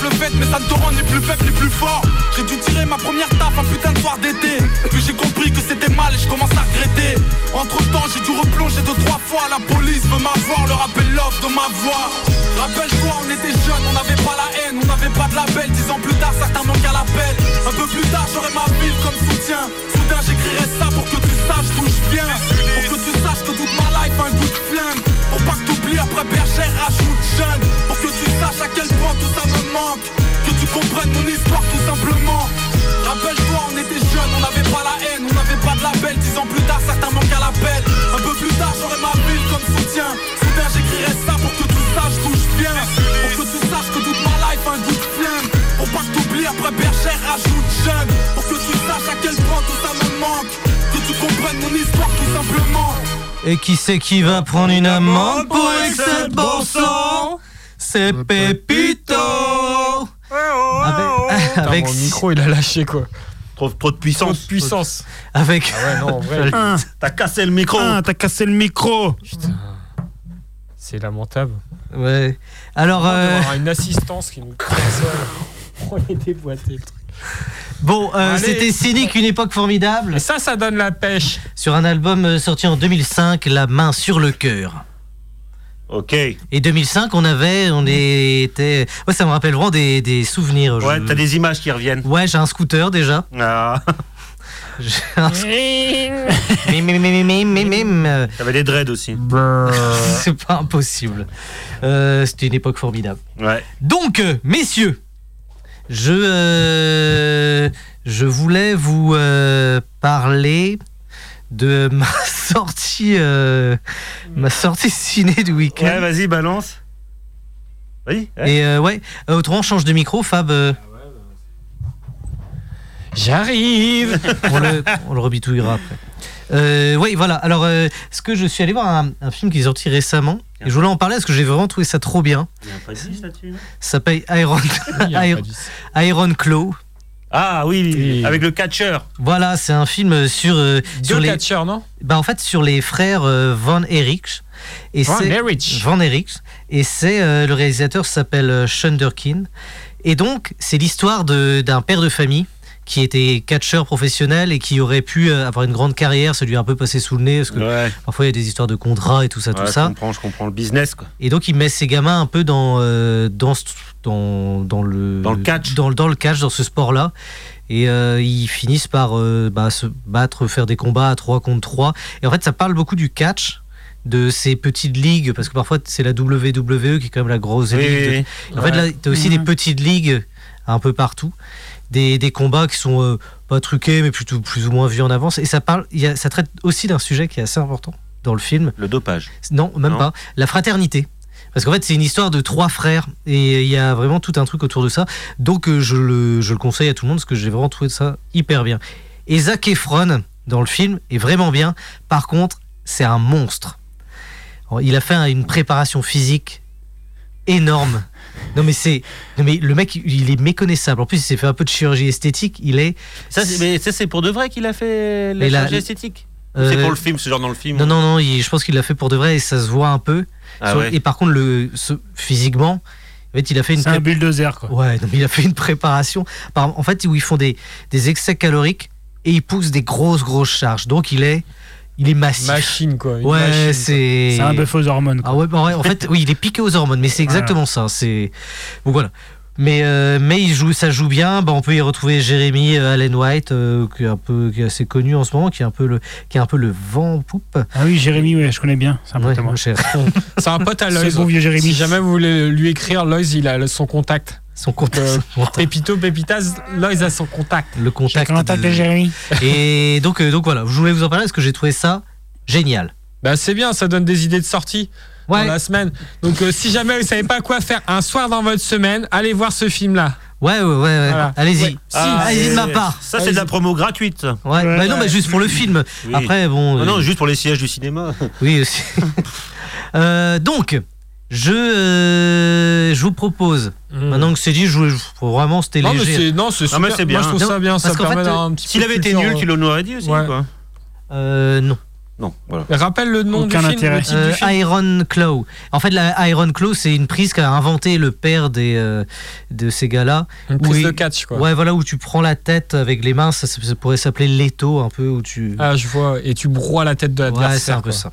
Speaker 7: le fait, mais ça ne te rend ni plus faible ni plus fort. J'ai dû tirer ma première taf un putain de soir d'été. Puis j'ai compris que c'était mal et je commence à regretter. Entre temps, j'ai dû replonger deux, trois fois. La police veut m'avoir, le rappel l'offre de ma voix. Rappelle-toi, on était jeunes, on n'avait pas la haine, on n'avait pas de label. Dix ans plus tard, certains manquent à l'appel. Un peu plus tard, j'aurai ma ville comme soutien. Soudain, j'écrirai ça pour que tu saches d'où je viens. Pour que tu saches que toute ma life a un goût de flingue. Pour pas que t'oublies après bergère, rajoute jeune. Pour que tu saches à quel point tout ça me manque. Que tu comprennes mon histoire tout simplement. Rappelle-toi, on était jeunes, on n'avait pas la haine, on n'avait pas de label. Dix ans plus tard, certains manquent à l'appel. Un peu plus tard, j'aurai ma ville comme soutien. Soudain, j'écrirai ça pour que tu saches d'où je viens. Pour que tu saches que toute ma life a un goût de flingue. Pour pas que t'oublies après bergère, rajoute jeune. Pour que tu saches à quel point tout ça me manque. Que tu comprennes mon histoire tout simplement.
Speaker 1: Et qui c'est qui va prendre une amende pour excès de bon sang C'est
Speaker 3: Euh,
Speaker 1: Pépito Avec,
Speaker 3: Putain,
Speaker 1: avec,
Speaker 3: mon micro, il a lâché quoi.
Speaker 2: Trop, trop de
Speaker 3: Trop de
Speaker 2: puissance.
Speaker 3: puissance.
Speaker 1: avec-
Speaker 3: Ah ouais, non, en vrai,
Speaker 4: Un,
Speaker 2: T'as cassé le micro.
Speaker 4: un, t'as cassé le micro.
Speaker 3: c'est lamentable.
Speaker 1: ouais. Alors, euh,
Speaker 3: avoir une assistance qui nous On est déboîté.
Speaker 1: bon, euh,
Speaker 3: Allez.
Speaker 1: c'était Cynique, une époque formidable.
Speaker 3: Et ça, ça donne la pêche.
Speaker 1: Sur un album euh, sorti en 2005, La main sur le cœur.
Speaker 2: Ok.
Speaker 1: Et 2005, on avait, on était. Ouais, ça me rappelle vraiment des, des souvenirs. je-
Speaker 2: Ouais, t'as des images qui reviennent.
Speaker 1: Ouais, j'ai un scooter déjà.
Speaker 2: Ah,
Speaker 1: J'ai un sc- Mim, mim, mim, mim, mim, mim, euh,
Speaker 2: t'avais des dreads aussi.
Speaker 1: C'est pas impossible. Euh, c'était une époque formidable.
Speaker 2: Ouais.
Speaker 1: Donc, euh, messieurs, je, euh, je voulais vous euh, parler de ma sortie, euh, ma sortie ciné du
Speaker 2: Ouais,
Speaker 1: week-end.
Speaker 2: vas-y, balance. Oui ouais.
Speaker 1: Et euh, ouais, euh, autrement, change de micro, Fab. euh,
Speaker 3: J'arrive.
Speaker 1: on, le, on le rebitouillera après. Euh, oui, voilà. Alors, euh, ce que je suis allé voir un, un film qui est sorti récemment, et je voulais en parler parce que j'ai vraiment trouvé ça trop bien.
Speaker 2: Il y a un précis là-dessus, non
Speaker 1: Ça s'appelle Iron, Iron, Iron Claw.
Speaker 2: Ah oui,
Speaker 3: Oui.
Speaker 2: avec le catcheur.
Speaker 1: Voilà, c'est un film sur, euh, sur
Speaker 3: Deux
Speaker 1: les,
Speaker 3: catcheurs, non
Speaker 1: bah, en fait, sur les frères euh, Van Erich. Et
Speaker 3: Van
Speaker 1: c'est-
Speaker 3: Erich.
Speaker 1: Van Erich. Et c'est euh, le réalisateur s'appelle euh, Sean Durkin. Et donc, c'est l'histoire de- d'un père de famille qui était catcheur professionnel et qui aurait pu euh, avoir une grande carrière, se lui a un peu passé sous le nez, parce que
Speaker 2: Ouais,
Speaker 1: parfois il y a des histoires de contrats et tout ça, tout
Speaker 2: Ouais, je
Speaker 1: ça.
Speaker 2: comprends, je comprends le business quoi.
Speaker 1: Et donc il met ses gamins un peu dans euh, dans, ce- dans dans le
Speaker 2: Dans le catch.
Speaker 1: dans, le- dans le catch, dans ce sport-là. Et euh, ils finissent par euh, bah, se battre, faire des combats à 3 contre 3. Et en fait, ça parle beaucoup du catch, de ces petites ligues, parce que parfois c'est la WWE qui est quand même la grosse
Speaker 2: Oui,
Speaker 1: ligue.
Speaker 2: oui,
Speaker 1: de-
Speaker 2: oui.
Speaker 1: En fait, là, tu as aussi
Speaker 4: Ouais.
Speaker 1: des petites ligues un peu partout, des, des combats qui sont euh, pas truqués, mais plutôt plus ou moins vus en avance. Et ça, parle, il y a- ça traite aussi d'un sujet qui est assez important dans le film,
Speaker 2: le dopage.
Speaker 1: non, même
Speaker 2: Non.
Speaker 1: pas. La fraternité. Parce qu'en fait, c'est une histoire de trois frères et il y a vraiment tout un truc autour de ça. Donc, euh, je le, je le conseille à tout le monde parce que j'ai vraiment trouvé ça hyper bien. Et Zac Efron, dans le film, est vraiment bien. Par contre, c'est un monstre. Alors, Il a fait un- une préparation physique énorme. Non, mais c'est. non, mais le mec, il est méconnaissable. En plus, il s'est fait un peu de chirurgie esthétique. Il est.
Speaker 2: Ça, c'est, mais ça, c'est pour de vrai qu'il a fait la
Speaker 1: Mais la-
Speaker 2: chirurgie esthétique. C'est
Speaker 1: euh,
Speaker 2: pour le film, ce genre dans le film.
Speaker 1: Non, non, non, il- je pense qu'il l'a fait pour de vrai et ça se voit un peu.
Speaker 2: Ah
Speaker 1: Sur-
Speaker 2: ouais.
Speaker 1: Et par contre, le, ce- physiquement, en fait, il a fait une
Speaker 4: C'est un
Speaker 1: pré-
Speaker 4: bulldozer, quoi.
Speaker 1: ouais, non, mais il a fait une préparation. par- en fait, où ils font des, des excès caloriques et ils poussent des grosses grosses charges. Donc il est il est massif.
Speaker 3: Machine, quoi. une
Speaker 1: ouais,
Speaker 3: machine,
Speaker 1: c'est
Speaker 4: C'est un bœuf aux hormones, quoi.
Speaker 1: Ah ouais, bah ouais, en fait, oui, il est piqué aux hormones, mais c'est
Speaker 4: Voilà.
Speaker 1: exactement ça. C'est donc voilà. Mais euh, mais il joue, ça joue bien. Bah, on peut y retrouver Jérémy euh, Allen White, euh, qui est un peu qui est assez connu en ce moment, qui est un peu le qui est un peu le vent en poupe.
Speaker 4: Ah oui, Jérémy, ouais, je connais bien. C'est un pote à moi.
Speaker 1: Ouais, cher.
Speaker 3: quoi. C'est un pote à
Speaker 4: C'est
Speaker 3: Loïs.
Speaker 4: bon vieux Jérémy.
Speaker 3: Si jamais vous voulez lui écrire, Loïs, il a son contact.
Speaker 1: Son compte,
Speaker 3: Euh,
Speaker 1: son compte-
Speaker 3: Pépito, Pépitas, Loïs a son contact.
Speaker 1: le contact.
Speaker 4: Chacun
Speaker 1: de-
Speaker 4: t'appelle Jérémy.
Speaker 1: Et donc, euh, donc voilà, je voulais vous en parler parce que j'ai trouvé ça génial.
Speaker 3: Bah, c'est bien, ça donne des idées de sortie.
Speaker 1: Ouais,
Speaker 3: dans la semaine. Donc euh, si jamais vous savez pas quoi faire un soir dans votre semaine, allez voir ce film là.
Speaker 1: ouais, ouais, ouais. ouais.
Speaker 3: Voilà.
Speaker 1: Allez-y.
Speaker 3: Ouais.
Speaker 2: Ah,
Speaker 1: Allez-y de
Speaker 2: ouais.
Speaker 1: ma part.
Speaker 2: Ça, c'est de la promo gratuite.
Speaker 1: Ouais. Bah non, mais juste pour le film.
Speaker 2: Oui.
Speaker 1: Après, bon.
Speaker 3: Oh
Speaker 2: Non,
Speaker 1: euh,
Speaker 2: non, juste pour les sièges du cinéma.
Speaker 1: Oui aussi. Euh, donc, je, euh, je vous propose. Maintenant que c'est dit, je, je- vraiment c'était
Speaker 3: Mmh. non mais
Speaker 1: léger.
Speaker 3: c'est non c'est
Speaker 2: Non, mais
Speaker 3: super.
Speaker 2: c'est bien.
Speaker 3: Moi je trouve
Speaker 1: Non,
Speaker 3: ça bien,
Speaker 1: parce
Speaker 3: ça
Speaker 1: qu'en
Speaker 3: permet
Speaker 1: fait,
Speaker 3: d'avoir un petit.
Speaker 2: S'il
Speaker 3: peu de
Speaker 2: avait été
Speaker 3: culture,
Speaker 2: nul,
Speaker 3: euh,
Speaker 2: qu'il nous aurait dit aussi.
Speaker 3: Ouais.
Speaker 2: Quoi.
Speaker 1: Euh, non.
Speaker 2: Non, voilà.
Speaker 3: Rappelle le nom
Speaker 4: Aucun
Speaker 3: du film,
Speaker 4: intérêt.
Speaker 3: le titre
Speaker 1: Euh,
Speaker 3: du film.
Speaker 1: Iron Claw. En fait, la Iron Claw, c'est une prise qu'a inventé le père des, euh, de ces gars-là.
Speaker 3: Une prise
Speaker 1: ah, oui.
Speaker 3: de catch, quoi.
Speaker 1: Ouais, voilà, où tu prends la tête avec les mains, ça, ça pourrait s'appeler l'étau un peu, où tu.
Speaker 3: Ah, je vois. Et tu broies la tête de l'adversaire.
Speaker 1: ouais, c'est un peu
Speaker 3: quoi.
Speaker 1: ça.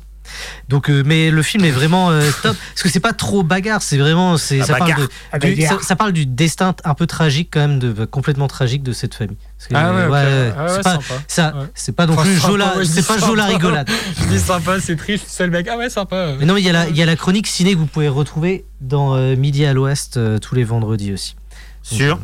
Speaker 1: Donc, euh, mais le film est vraiment euh, top parce que c'est pas trop bagarre, c'est vraiment c'est
Speaker 2: La
Speaker 1: ça parle, de-
Speaker 4: Ah,
Speaker 1: du,
Speaker 4: bagarre.
Speaker 1: ça, ça parle du destin un peu tragique quand même, de, bah, complètement tragique de cette famille. Parce que,
Speaker 3: Ah ouais,
Speaker 1: euh,
Speaker 3: ok. Ah ouais,
Speaker 1: c'est pas
Speaker 3: sympa.
Speaker 1: ça,
Speaker 3: Ouais.
Speaker 1: c'est pas non
Speaker 3: Enfin,
Speaker 1: plus
Speaker 3: sympa,
Speaker 1: Jola,
Speaker 3: ouais, je
Speaker 1: c'est
Speaker 3: dis
Speaker 1: pas
Speaker 3: sympa.
Speaker 1: Jola rigolade.
Speaker 3: Je dis sympa, c'est triste, c'est le mec. Ah ouais, sympa.
Speaker 1: Mais non, il y, a la, il y a la chronique ciné que vous pouvez retrouver dans euh, Midi à l'Ouest euh, tous les vendredis aussi. Donc,
Speaker 2: Sur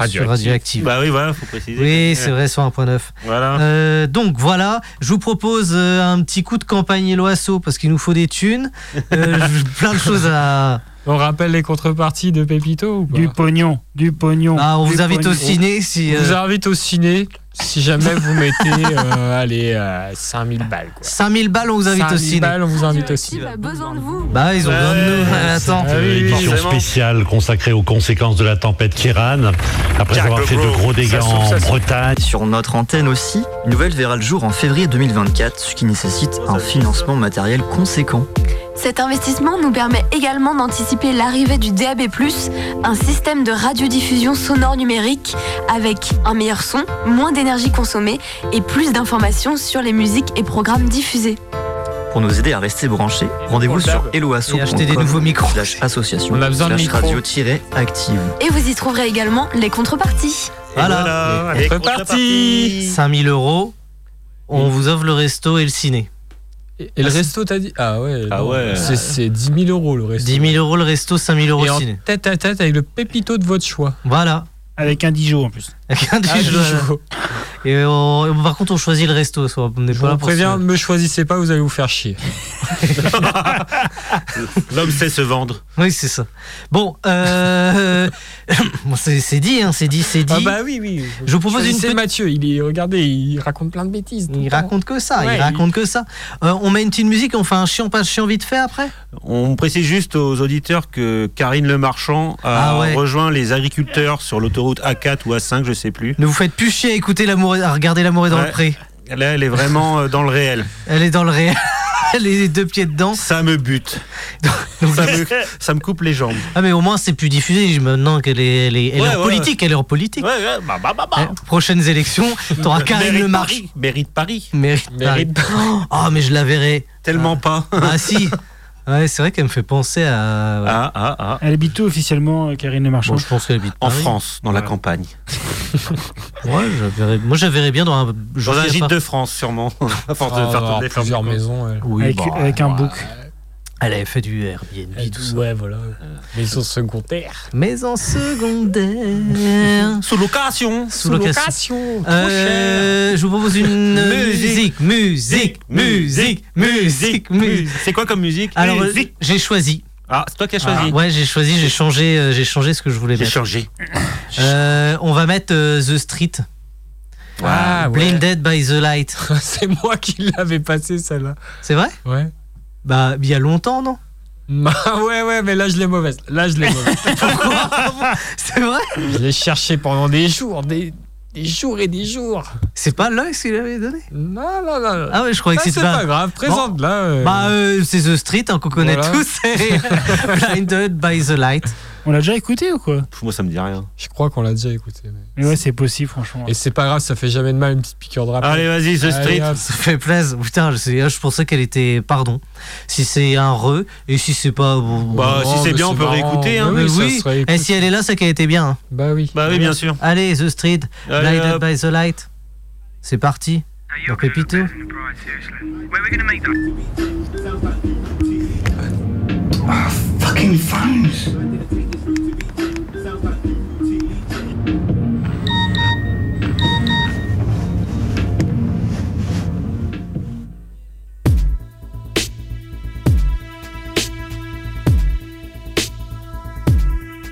Speaker 1: euh, sur Radioactive.
Speaker 2: Bah oui, voilà, faut préciser.
Speaker 1: oui, c'est vrai, sur 1.9.
Speaker 3: Hein.
Speaker 2: Voilà.
Speaker 1: Euh, donc voilà, je vous propose euh, un petit coup de campagne Loasso parce qu'il nous faut des thunes. Euh, je- plein de choses à.
Speaker 3: On rappelle les contreparties de Pépito ou pas
Speaker 4: Du pognon, du pognon.
Speaker 1: Ah, on
Speaker 4: du
Speaker 1: vous invite
Speaker 4: pognon.
Speaker 1: au ciné si.
Speaker 3: Je vous
Speaker 1: euh,
Speaker 3: invite au ciné si jamais vous mettez euh, allez, euh, 5000 balles. Quoi.
Speaker 1: 5000 balles, on vous invite au
Speaker 3: 5000
Speaker 1: ciné.
Speaker 3: balles, on vous invite au
Speaker 9: Radioactive
Speaker 3: ciné.
Speaker 9: a besoin de vous.
Speaker 1: Bah, ils ont besoin de nous.
Speaker 2: Ouais,
Speaker 1: Attends.
Speaker 3: Ah oui, oui,
Speaker 10: émission
Speaker 2: vraiment.
Speaker 10: spéciale consacrée aux conséquences de la tempête Kiran. Après
Speaker 7: Jack
Speaker 10: avoir
Speaker 7: the
Speaker 10: fait de
Speaker 7: Bro.
Speaker 10: gros
Speaker 7: Ça
Speaker 10: dégâts
Speaker 7: souffle,
Speaker 10: en
Speaker 7: ça souffle.
Speaker 10: Bretagne,
Speaker 6: Sur notre antenne aussi, une nouvelle verra le jour en février 2024, ce qui nécessite un financement matériel conséquent.
Speaker 9: Cet investissement nous permet également d'anticiper l'arrivée du DAB+, un système de radiodiffusion sonore numérique avec un meilleur son, moins d'énergie consommée et plus d'informations sur les musiques et programmes diffusés.
Speaker 6: Pour nous aider à rester branchés, rendez-vous sur eloasso.com
Speaker 1: Et acheter des nouveaux micros.
Speaker 6: slash association
Speaker 3: On a besoin de
Speaker 6: slash
Speaker 3: micros.
Speaker 6: radio-active.
Speaker 9: Et vous y trouverez également les contreparties.
Speaker 1: Voilà.
Speaker 2: avec
Speaker 3: contrepartie.
Speaker 2: contrepartie.
Speaker 1: 5000 euros, on vous offre le resto et le ciné.
Speaker 3: Et, et le resto, t'as dit Ah ouais,
Speaker 2: Ah
Speaker 3: non,
Speaker 2: ouais.
Speaker 3: C'est, c'est 10 000 euros le resto.
Speaker 1: 10 000 euros le resto, 5000 euros
Speaker 3: Et
Speaker 1: le
Speaker 3: en
Speaker 1: ciné.
Speaker 3: tête à tête avec le Pépito de votre choix.
Speaker 1: Voilà.
Speaker 4: Avec un Dijon en plus.
Speaker 1: Avec un des
Speaker 3: Ah,
Speaker 1: jeux,
Speaker 3: du
Speaker 1: voilà.
Speaker 3: jour.
Speaker 1: Et on- par contre, on choisit le resto. soit On n'est
Speaker 3: Je
Speaker 1: pas là
Speaker 3: vous
Speaker 1: pour se-
Speaker 3: préviens, ne me choisissez pas, vous allez vous faire chier.
Speaker 2: L'homme sait se vendre.
Speaker 1: Oui, c'est ça. Bon, euh, bon, c'est c'est dit, hein, c'est dit, c'est dit.
Speaker 3: Ah bah oui, oui.
Speaker 1: Je vous propose une
Speaker 3: Choisissez
Speaker 1: petite-
Speaker 3: Mathieu, il est, regardez, il raconte plein de bêtises. tout le
Speaker 1: Il
Speaker 3: temps.
Speaker 1: raconte que ça,
Speaker 3: Ouais,
Speaker 1: il raconte que ça. Euh, on met une petite musique, on fait un chiant pas chiant vite fait après
Speaker 2: On précise juste aux auditeurs que Karine Le Marchand a
Speaker 1: Ah ouais.
Speaker 2: rejoint les agriculteurs sur l'autoroute A4 ou A5, je sais plus.
Speaker 1: Ne vous faites plus chier à écouter l'amour, à regarder l'amour est dans le
Speaker 2: Ouais.
Speaker 1: pré.
Speaker 2: Là, elle est vraiment euh, dans le réel.
Speaker 1: Elle est dans le réel, elle est les deux pieds dedans.
Speaker 2: Ça me bute. ça, me, ça me coupe les jambes.
Speaker 1: Ah mais au moins c'est plus diffusé maintenant qu'elle est, elle est, elle est
Speaker 2: Ouais,
Speaker 1: en
Speaker 2: ouais.
Speaker 1: politique, elle est en politique.
Speaker 2: Ouais, ouais, bah, bah, bah, bah.
Speaker 1: Hein, prochaines élections, t'auras Ah, Karine
Speaker 2: Mairie
Speaker 1: Le
Speaker 2: de
Speaker 1: Marche.
Speaker 2: Paris. Mairie de Paris.
Speaker 1: Mérite.
Speaker 3: Mérite.
Speaker 1: Oh mais je la verrai.
Speaker 2: Tellement pas.
Speaker 1: Ah si. Ouais, c'est vrai qu'elle me fait penser à.
Speaker 2: Ah, ah, ah.
Speaker 4: Elle habite où officiellement, euh, Karine Le Marchand
Speaker 1: Bon, je pense qu'elle habite
Speaker 2: En
Speaker 1: Paris.
Speaker 2: France, dans la campagne.
Speaker 1: Ouais, je la verrais- Moi, je la verrais bien dans un. je
Speaker 2: Dans un
Speaker 1: sais
Speaker 2: gîte
Speaker 1: pas.
Speaker 2: de France, sûrement. À force
Speaker 3: Ah,
Speaker 2: de faire
Speaker 3: avoir
Speaker 2: tourner
Speaker 3: plusieurs
Speaker 2: Fernando.
Speaker 3: maisons. elle.
Speaker 1: Oui, bah,
Speaker 4: avec,
Speaker 1: bon,
Speaker 4: avec un
Speaker 3: ouais.
Speaker 4: bouc.
Speaker 1: Elle avait fait du Airbnb,
Speaker 3: Elle-
Speaker 1: tout ça. Euh.
Speaker 3: ouais, voilà. Maison secondaire.
Speaker 1: Mais en secondaire.
Speaker 2: Sous location.
Speaker 1: Sous location.
Speaker 3: Location, trop cher.
Speaker 1: Euh, je vous propose une musique,
Speaker 2: Musique.
Speaker 1: musique, musique, musique, musique.
Speaker 2: C'est quoi comme musique
Speaker 1: Alors, euh,
Speaker 2: Musique.
Speaker 1: j'ai choisi.
Speaker 2: Ah, c'est toi qui as choisi.
Speaker 1: Ouais, j'ai choisi, j'ai changé, euh, j'ai changé ce que je voulais
Speaker 2: J'ai
Speaker 1: mettre.
Speaker 2: changé.
Speaker 1: Euh, on va mettre euh, The Street,
Speaker 3: Ah ouais.
Speaker 1: Blinded by the Light.
Speaker 3: C'est moi qui l'avais passé celle-là.
Speaker 1: C'est vrai
Speaker 3: Ouais.
Speaker 1: Bah, il y a longtemps, non
Speaker 3: Ah ouais, ouais, mais là je l'ai mauvaise. Là je l'ai mauvaise.
Speaker 1: C'est vrai
Speaker 3: je l'ai cherché pendant des jours, des, des jours et des jours.
Speaker 1: C'est pas Loïs qui l'avait donné
Speaker 3: Non, non, non. non.
Speaker 1: Ah ouais, je croyais
Speaker 3: Ah,
Speaker 1: que
Speaker 3: c'est
Speaker 1: c'était
Speaker 3: pas
Speaker 1: pas-
Speaker 3: grave, présente là. euh,
Speaker 1: Bah, euh, c'est The Street hein, qu'on connaît
Speaker 3: Voilà.
Speaker 1: tous. c'est Blinded by the Light.
Speaker 4: On l'a déjà écouté ou quoi
Speaker 2: Pff, Moi, ça me dit rien.
Speaker 3: Je crois qu'on l'a déjà écouté. mais-
Speaker 4: Mais ouais, c'est possible, franchement.
Speaker 3: Et c'est pas grave, ça fait jamais de mal une petite piqûre de rappel.
Speaker 2: Allez, vas-y, The
Speaker 3: Allez,
Speaker 2: Street.
Speaker 3: hop.
Speaker 1: Ça fait plaisir. Putain, je, sais- je pensais qu'elle était. Pardon. Si c'est un re, et si c'est pas. bon,
Speaker 2: Bah,
Speaker 3: Oh,
Speaker 2: si c'est
Speaker 3: mais
Speaker 2: bien, on
Speaker 3: c'est
Speaker 2: peut
Speaker 3: marrant.
Speaker 2: réécouter.
Speaker 1: bon,
Speaker 2: Hein.
Speaker 3: oui,
Speaker 1: mais
Speaker 3: ça
Speaker 1: oui.
Speaker 3: serait
Speaker 1: Et
Speaker 3: écoute-
Speaker 1: si elle est là, c'est qu'elle était bien. hein.
Speaker 3: Bah oui.
Speaker 2: Bah oui, bien sûr.
Speaker 1: Allez, The Street,
Speaker 2: Allez,
Speaker 1: Blinded
Speaker 2: hop.
Speaker 1: by the Light. C'est parti. Dans Pépito.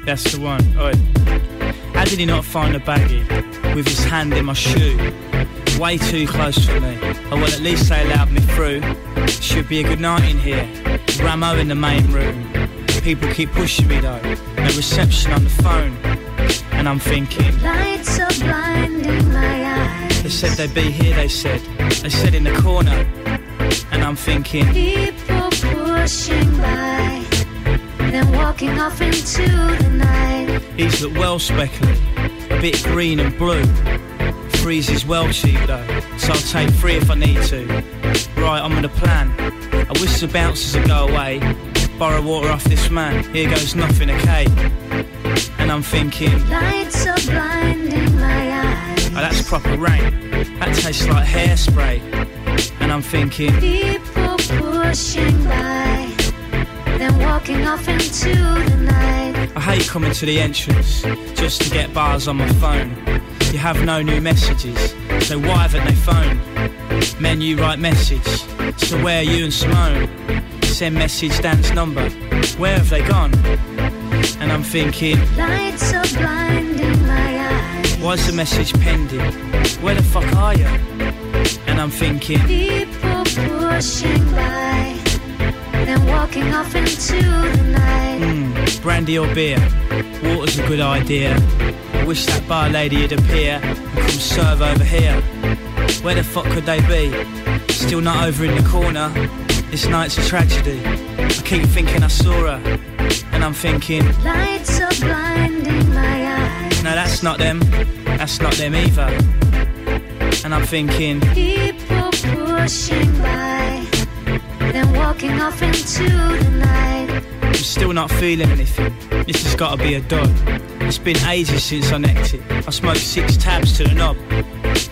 Speaker 11: That's the one. Oi. How did he not find the baggie with his hand in my shoe? Way too close for me. Oh well, at least they allowed me through. Should be a good night in here. Ramo in the main room. People keep pushing me though. No reception on the phone. And I'm thinking.
Speaker 9: Lights are blinding my eyes.
Speaker 11: They said they'd be here, they said. They said in the corner. I'm thinking.
Speaker 12: People pushing by, then walking off into the night.
Speaker 11: These look well speckled, a bit green and blue. Freeze is well cheap though, so I'll take three if I need to. Right, I'm on a plan. I wish the bouncers would go away. Borrow water off this man, here goes nothing, okay? And I'm thinking,
Speaker 12: Lights are blinding my eyes.
Speaker 11: oh, that's proper rain. That tastes like hairspray. And I'm thinking,
Speaker 12: People pushing by, then walking off into the night.
Speaker 11: I hate coming to the entrance just to get bars on my phone. You have no new messages, so why haven't they phoned? Men, you write message, so where are you and Simone? Send message, dance number, where have they gone? And I'm thinking,
Speaker 12: Lights are blinding my eyes.
Speaker 11: why's the message pending? Where the fuck are you? And I'm thinking,
Speaker 12: People pushing by, then walking off into the night.
Speaker 11: Mm, brandy or beer? Water's a good idea. I wish that bar lady would appear and come serve over here. Where the fuck could they be? Still not over in the corner. This night's a tragedy. I keep thinking I saw her, and I'm thinking,
Speaker 12: Lights are blinding my eyes.
Speaker 11: no, that's not them. That's not them either. And I'm thinking,
Speaker 12: People pushing by, then walking off into the night.
Speaker 11: I'm still not feeling anything. This has got to be a dud. It's been ages since I necked it. I smoked six tabs to the knob.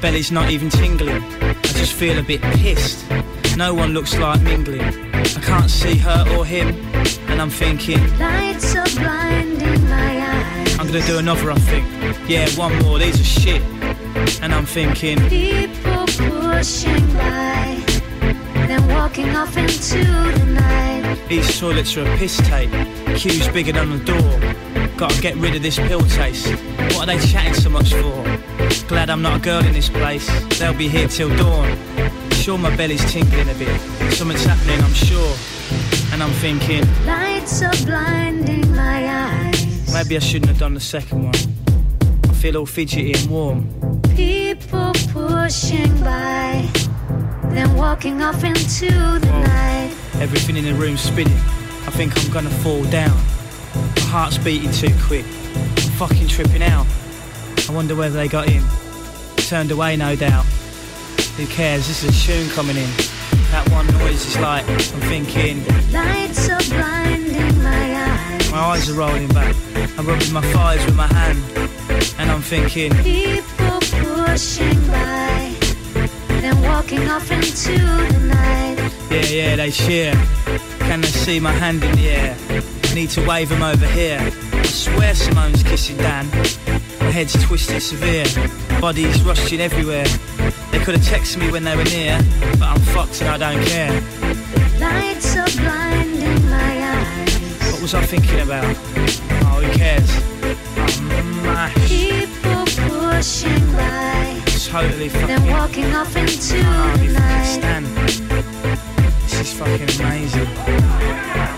Speaker 11: Belly's not even tingling. I just feel a bit pissed. No one looks like mingling. I can't see her or him, and I'm thinking
Speaker 12: Lights are blinding my eyes.
Speaker 11: I'm gonna do another. I think, yeah, one more. These are shit, and I'm thinking
Speaker 12: People pushing by, then walking off into the night.
Speaker 11: these toilets are a piss tape. Queues bigger than the door. Gotta get rid of this pill taste. What are they chatting so much for? Glad I'm not a girl in this place. They'll be here till dawn. Sure, my belly's tingling a bit. Something's happening, I'm sure. And I'm thinking,
Speaker 12: Lights are blinding my eyes.
Speaker 11: maybe I shouldn't have done the second one. I feel all fidgety and warm.
Speaker 12: People pushing by, then walking off into the night.
Speaker 11: Everything in the room's spinning. I think I'm gonna fall down. My heart's beating too quick. I'm fucking tripping out. I wonder whether they got in. Turned away, no doubt. Who cares? This is a tune coming in. That one noise is like, I'm thinking,
Speaker 12: Lights are blinding my eyes.
Speaker 11: my eyes are rolling back. I'm rubbing my thighs with my hand. And I'm thinking,
Speaker 12: People pushing by, then walking off into the night.
Speaker 11: Yeah, yeah, they cheer. Can they see my hand in the air? I need to wave them over here. I swear Simone's kissing Dan. My head's twisted severe. Bodies rushing everywhere. They could have texted me when they were near, but I'm fucked and I don't care.
Speaker 12: Lights are blinding my eyes.
Speaker 11: What was I thinking about? Oh, who cares? I'm mashed.
Speaker 12: People pushing by,
Speaker 11: Totally
Speaker 12: then
Speaker 11: fucking.
Speaker 12: walking off into
Speaker 11: Oh,
Speaker 12: the
Speaker 11: you fucking
Speaker 12: night.
Speaker 11: Stan. This is fucking amazing.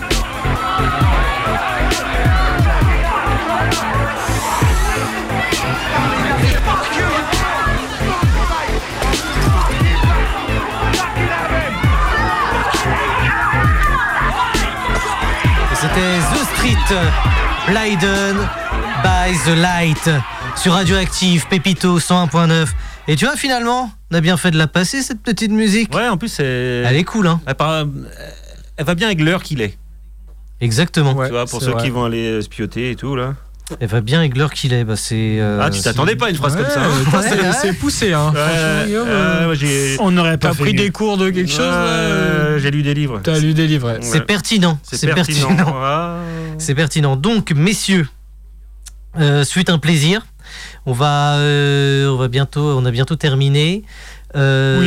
Speaker 1: Et C'était The Street, Leiden by the Light, sur Radioactive, Pépito 101.9. Et tu vois, finalement, on a bien fait de la passer, cette petite musique.
Speaker 2: Ouais, en plus, c'est-
Speaker 1: Elle est cool, hein
Speaker 2: Elle, par- euh, elle va bien avec l'heure qu'il est.
Speaker 1: Exactement.
Speaker 2: tu vois, pour ceux qui vont aller euh, spioter et tout, là.
Speaker 1: Elle va bien avec l'heure qu'il est. Bah, c'est, euh,
Speaker 2: Ah, tu t'attendais pas à une phrase comme ça. hein
Speaker 3: Ouais, euh, putain, c'est-
Speaker 1: ouais.
Speaker 3: C'est poussé, hein.
Speaker 2: Ouais,
Speaker 3: Franchement, Guillaume,
Speaker 2: euh,
Speaker 3: euh,
Speaker 2: ouais, j'ai-
Speaker 4: On n'aurait pas
Speaker 3: T'as
Speaker 4: fait
Speaker 3: pris
Speaker 4: mieux.
Speaker 3: des cours de quelque chose
Speaker 2: Euh,
Speaker 3: euh,
Speaker 2: J'ai lu des livres.
Speaker 3: T'as lu des livrets.
Speaker 1: C'est
Speaker 2: Ouais.
Speaker 1: pertinent. C'est pertinent.
Speaker 2: Ah.
Speaker 1: C'est pertinent. Donc, messieurs, euh, ce fut un plaisir. On va, euh, on va bientôt, on a bientôt terminé. Euh,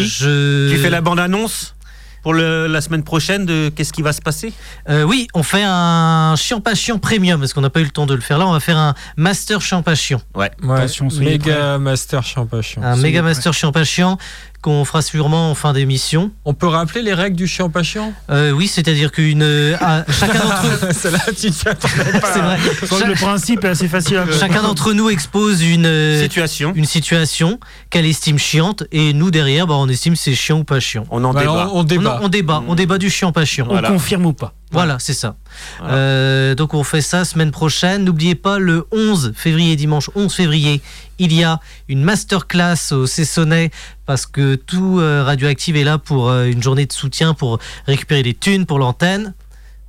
Speaker 2: Oui.
Speaker 1: Je...
Speaker 2: Tu fais la bande-annonce pour le- la semaine prochaine de qu'est-ce qui va se passer
Speaker 1: Euh, oui, on fait un chiant pas chiant premium parce qu'on n'a pas eu le temps de le faire là. On va faire un master chiant pas chiant.
Speaker 3: Ouais,
Speaker 4: Attention, soyez
Speaker 3: méga master champion.
Speaker 1: Un
Speaker 4: C'est
Speaker 2: Ah.
Speaker 1: méga
Speaker 4: vrai.
Speaker 1: master chiant pas chiant qu'on fera sûrement en fin d'émission.
Speaker 3: On peut rappeler les règles du chiant pas chiant
Speaker 1: Euh, oui, c'est-à-dire qu'une euh, à- chacun d'entre
Speaker 2: Ah.
Speaker 3: Celle-là, tu t'y attendais pas.
Speaker 1: C'est vrai.
Speaker 4: Je crois que le principe est assez facile. à
Speaker 1: chacun d'entre nous expose une euh, une situation qu'elle estime chiante et nous derrière, bah, on estime c'est chiant ou pas chiant.
Speaker 2: On en
Speaker 3: Bah, débat. on- on débat.
Speaker 1: On, débat. On débat du chiant pas chiant.
Speaker 4: On confirme ou pas
Speaker 1: Voilà, c'est ça. Euh, donc on fait ça semaine prochaine. N'oubliez pas le 11 février, dimanche 11 février, il y a une masterclass au Cessonnet parce que tout euh, Radioactive est là pour euh, une journée de soutien pour récupérer les thunes pour l'antenne.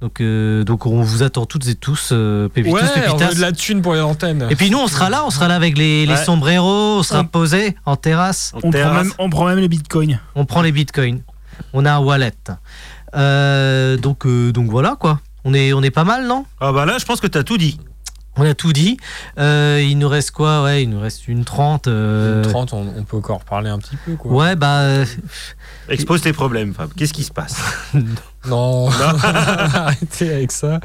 Speaker 1: Donc, euh, donc on vous attend toutes et tous, euh, pépitos,
Speaker 3: Ouais, on
Speaker 1: pépitas.
Speaker 3: veut de la thune pour les antennes.
Speaker 1: Et puis nous on sera là, on sera là avec les, les
Speaker 2: Ouais.
Speaker 1: sombreros, on sera posé en terrasse.
Speaker 4: On prend, même, on prend même les bitcoins.
Speaker 1: On prend les bitcoins. On a un wallet. Euh, donc, euh, donc voilà quoi. On est, on est pas mal, non
Speaker 2: Ah bah là, je pense que t'as tout dit.
Speaker 1: On a tout dit. Euh, il nous reste quoi Ouais, il nous reste une 30. euh,
Speaker 3: 30, on, on peut encore parler un petit peu, quoi.
Speaker 1: Ouais, bah. euh,
Speaker 2: Expose tes problèmes, Fab. Qu'est-ce qui se passe
Speaker 3: Non, arrêtez avec ça.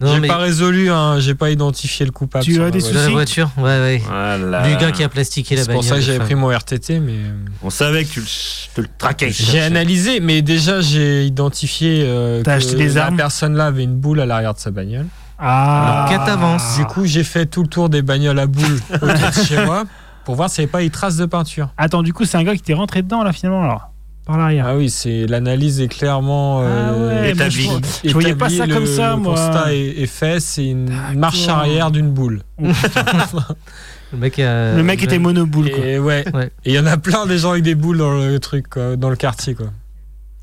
Speaker 1: Non,
Speaker 3: j'ai
Speaker 1: mais-
Speaker 3: pas résolu, hein, j'ai pas identifié le coupable.
Speaker 4: Tu
Speaker 3: sur
Speaker 4: as
Speaker 3: ma
Speaker 4: des
Speaker 3: voiture.
Speaker 1: de la
Speaker 4: soucis
Speaker 1: voiture Ouais, ouais.
Speaker 2: Voilà.
Speaker 1: Du gars qui a plastiqué la
Speaker 3: C'est
Speaker 1: bagnole.
Speaker 3: pour ça que
Speaker 1: de
Speaker 3: j'avais
Speaker 1: Fab.
Speaker 3: pris mon RTT, mais. euh,
Speaker 2: On savait que tu le, ch- tu le traquais.
Speaker 3: J'ai analysé, mais déjà j'ai identifié euh,
Speaker 4: T'as
Speaker 3: que
Speaker 4: acheté des
Speaker 3: la
Speaker 4: armes
Speaker 3: personne là avait une boule à l'arrière de sa bagnole.
Speaker 4: Ah.
Speaker 1: L'enquête avance.
Speaker 3: Du coup, j'ai fait tout le tour des bagnoles à boules autour de chez moi pour voir s'il n'y avait pas des traces de peinture.
Speaker 4: Attends, du coup, c'est un gars qui t'est rentré dedans, là, finalement, alors Par l'arrière.
Speaker 3: Ah oui, c'est l'analyse est
Speaker 1: Euh,
Speaker 3: clairement euh,
Speaker 4: Ah ouais,
Speaker 2: établi.
Speaker 4: moi, je, je voyais pas ça
Speaker 3: établie,
Speaker 4: comme
Speaker 3: le-
Speaker 4: ça,
Speaker 3: le
Speaker 4: moi. Ah,
Speaker 3: constat est, est fait, c'est une marche arrière d'une boule.
Speaker 1: Le mec, euh, a-
Speaker 4: Le mec était monoboule, quoi.
Speaker 3: Et ouais.
Speaker 1: Ouais.
Speaker 3: Et il y en a plein des gens avec des boules dans le truc, quoi, dans le quartier, quoi.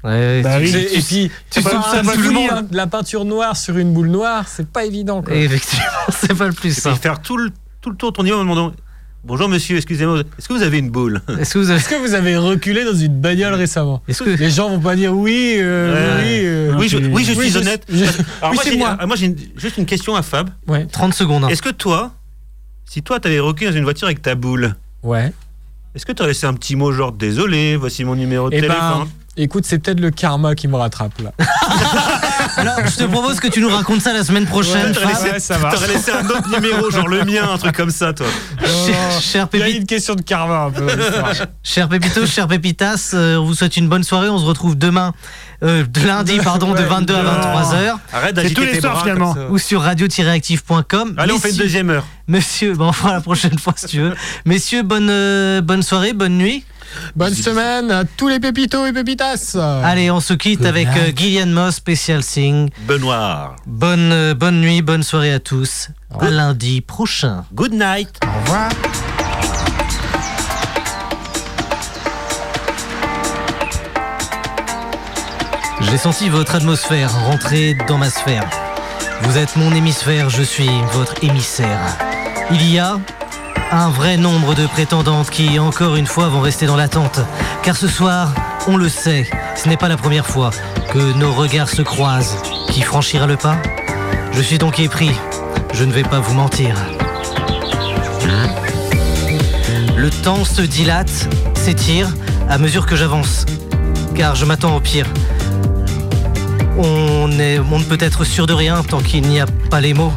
Speaker 1: Ouais, ouais.
Speaker 4: Bah
Speaker 3: Tu
Speaker 4: oui.
Speaker 3: sais, et puis, tu
Speaker 4: pas-
Speaker 3: sens
Speaker 4: ça va finir.
Speaker 3: de la peinture noire sur une boule noire, c'est pas évident. Quoi.
Speaker 1: Et effectivement, c'est pas le plus
Speaker 2: C'est
Speaker 1: simple.
Speaker 2: faire tout le, tout le tour de ton niveau en demandant Bonjour monsieur, excusez-moi, est-ce que vous avez une boule
Speaker 1: Est-ce que vous avez.
Speaker 3: Est-ce que vous avez reculé dans une bagnole récemment
Speaker 1: Est-ce que.
Speaker 3: Les gens vont pas dire oui, euh,
Speaker 2: Ouais.
Speaker 3: oui. euh,
Speaker 2: oui je,
Speaker 4: c'est-
Speaker 2: oui, je suis
Speaker 3: je-
Speaker 2: honnête.
Speaker 3: je-
Speaker 2: Alors
Speaker 3: oui,
Speaker 2: moi,
Speaker 3: c'est
Speaker 2: j'ai-
Speaker 3: moi.
Speaker 2: moi, j'ai une- juste une question à Fab.
Speaker 1: 30 secondes. hein.
Speaker 2: Est-ce que toi, si toi t'avais reculé dans une voiture avec ta boule,
Speaker 3: Ouais.
Speaker 2: est-ce que t'aurais laissé un petit mot genre désolé, voici mon numéro de
Speaker 3: Eh ben,
Speaker 2: téléphone
Speaker 3: Écoute, c'est peut-être le karma qui me rattrape là.
Speaker 1: Alors, je te propose que tu nous racontes ça la semaine prochaine,
Speaker 2: T'aurais
Speaker 1: Fab.
Speaker 2: laissé,
Speaker 3: ouais, ça va.
Speaker 2: t'aurais laissé un autre numéro, genre le mien, un truc comme ça, toi.
Speaker 1: Cher, cher
Speaker 3: Il y a
Speaker 1: Pépite-
Speaker 3: une question de karma un peu. dans l'histoire.
Speaker 1: Cher Pépito, cher Pépitas, euh, on vous souhaite une bonne soirée. On se retrouve demain, euh, de lundi, pardon, de
Speaker 3: Ouais,
Speaker 1: 22 à
Speaker 4: demain.
Speaker 1: 23h.
Speaker 2: Arrête
Speaker 4: C'est
Speaker 2: d'agiter
Speaker 4: tous les
Speaker 2: tes
Speaker 4: soirs,
Speaker 2: bras comme
Speaker 4: finalement.
Speaker 2: ça.
Speaker 1: Ou sur radio-active.com.
Speaker 2: Allez, on fait une
Speaker 1: Messieurs-
Speaker 2: deuxième heure.
Speaker 1: Monsieur, bah on fera la prochaine fois si tu veux. Messieurs, bonne, euh, bonne soirée, bonne nuit.
Speaker 3: Bonne semaine à tous les pépitos et pépitas.
Speaker 1: Allez, on se quitte avec euh, Gillian Moss, Special Sing.
Speaker 2: Benoît.
Speaker 1: Bonne, euh, bonne nuit, bonne soirée à tous. À lundi prochain.
Speaker 2: Good night.
Speaker 1: J'ai senti votre atmosphère rentrer dans ma sphère. Vous êtes mon hémisphère, je suis votre émissaire. Il y a un vrai nombre de prétendantes qui, encore une fois, vont rester dans l'attente. Car ce soir, on le sait, ce n'est pas la première fois que nos regards se croisent. Qui franchira le pas Je suis donc épris, je ne vais pas vous mentir. Le temps se dilate, s'étire, à mesure que j'avance. Car je m'attends au pire. On, est, on ne peut être sûr de rien tant qu'il n'y a pas les mots.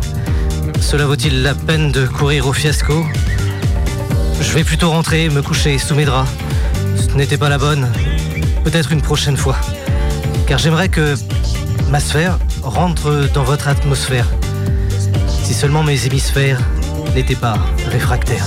Speaker 1: Cela vaut-il la peine de courir au fiasco Je vais plutôt rentrer, me coucher sous mes draps. Ce n'était pas la bonne. Peut-être une prochaine fois. Car j'aimerais que ma sphère rentre dans votre atmosphère. Si seulement mes hémisphères n'étaient pas réfractaires.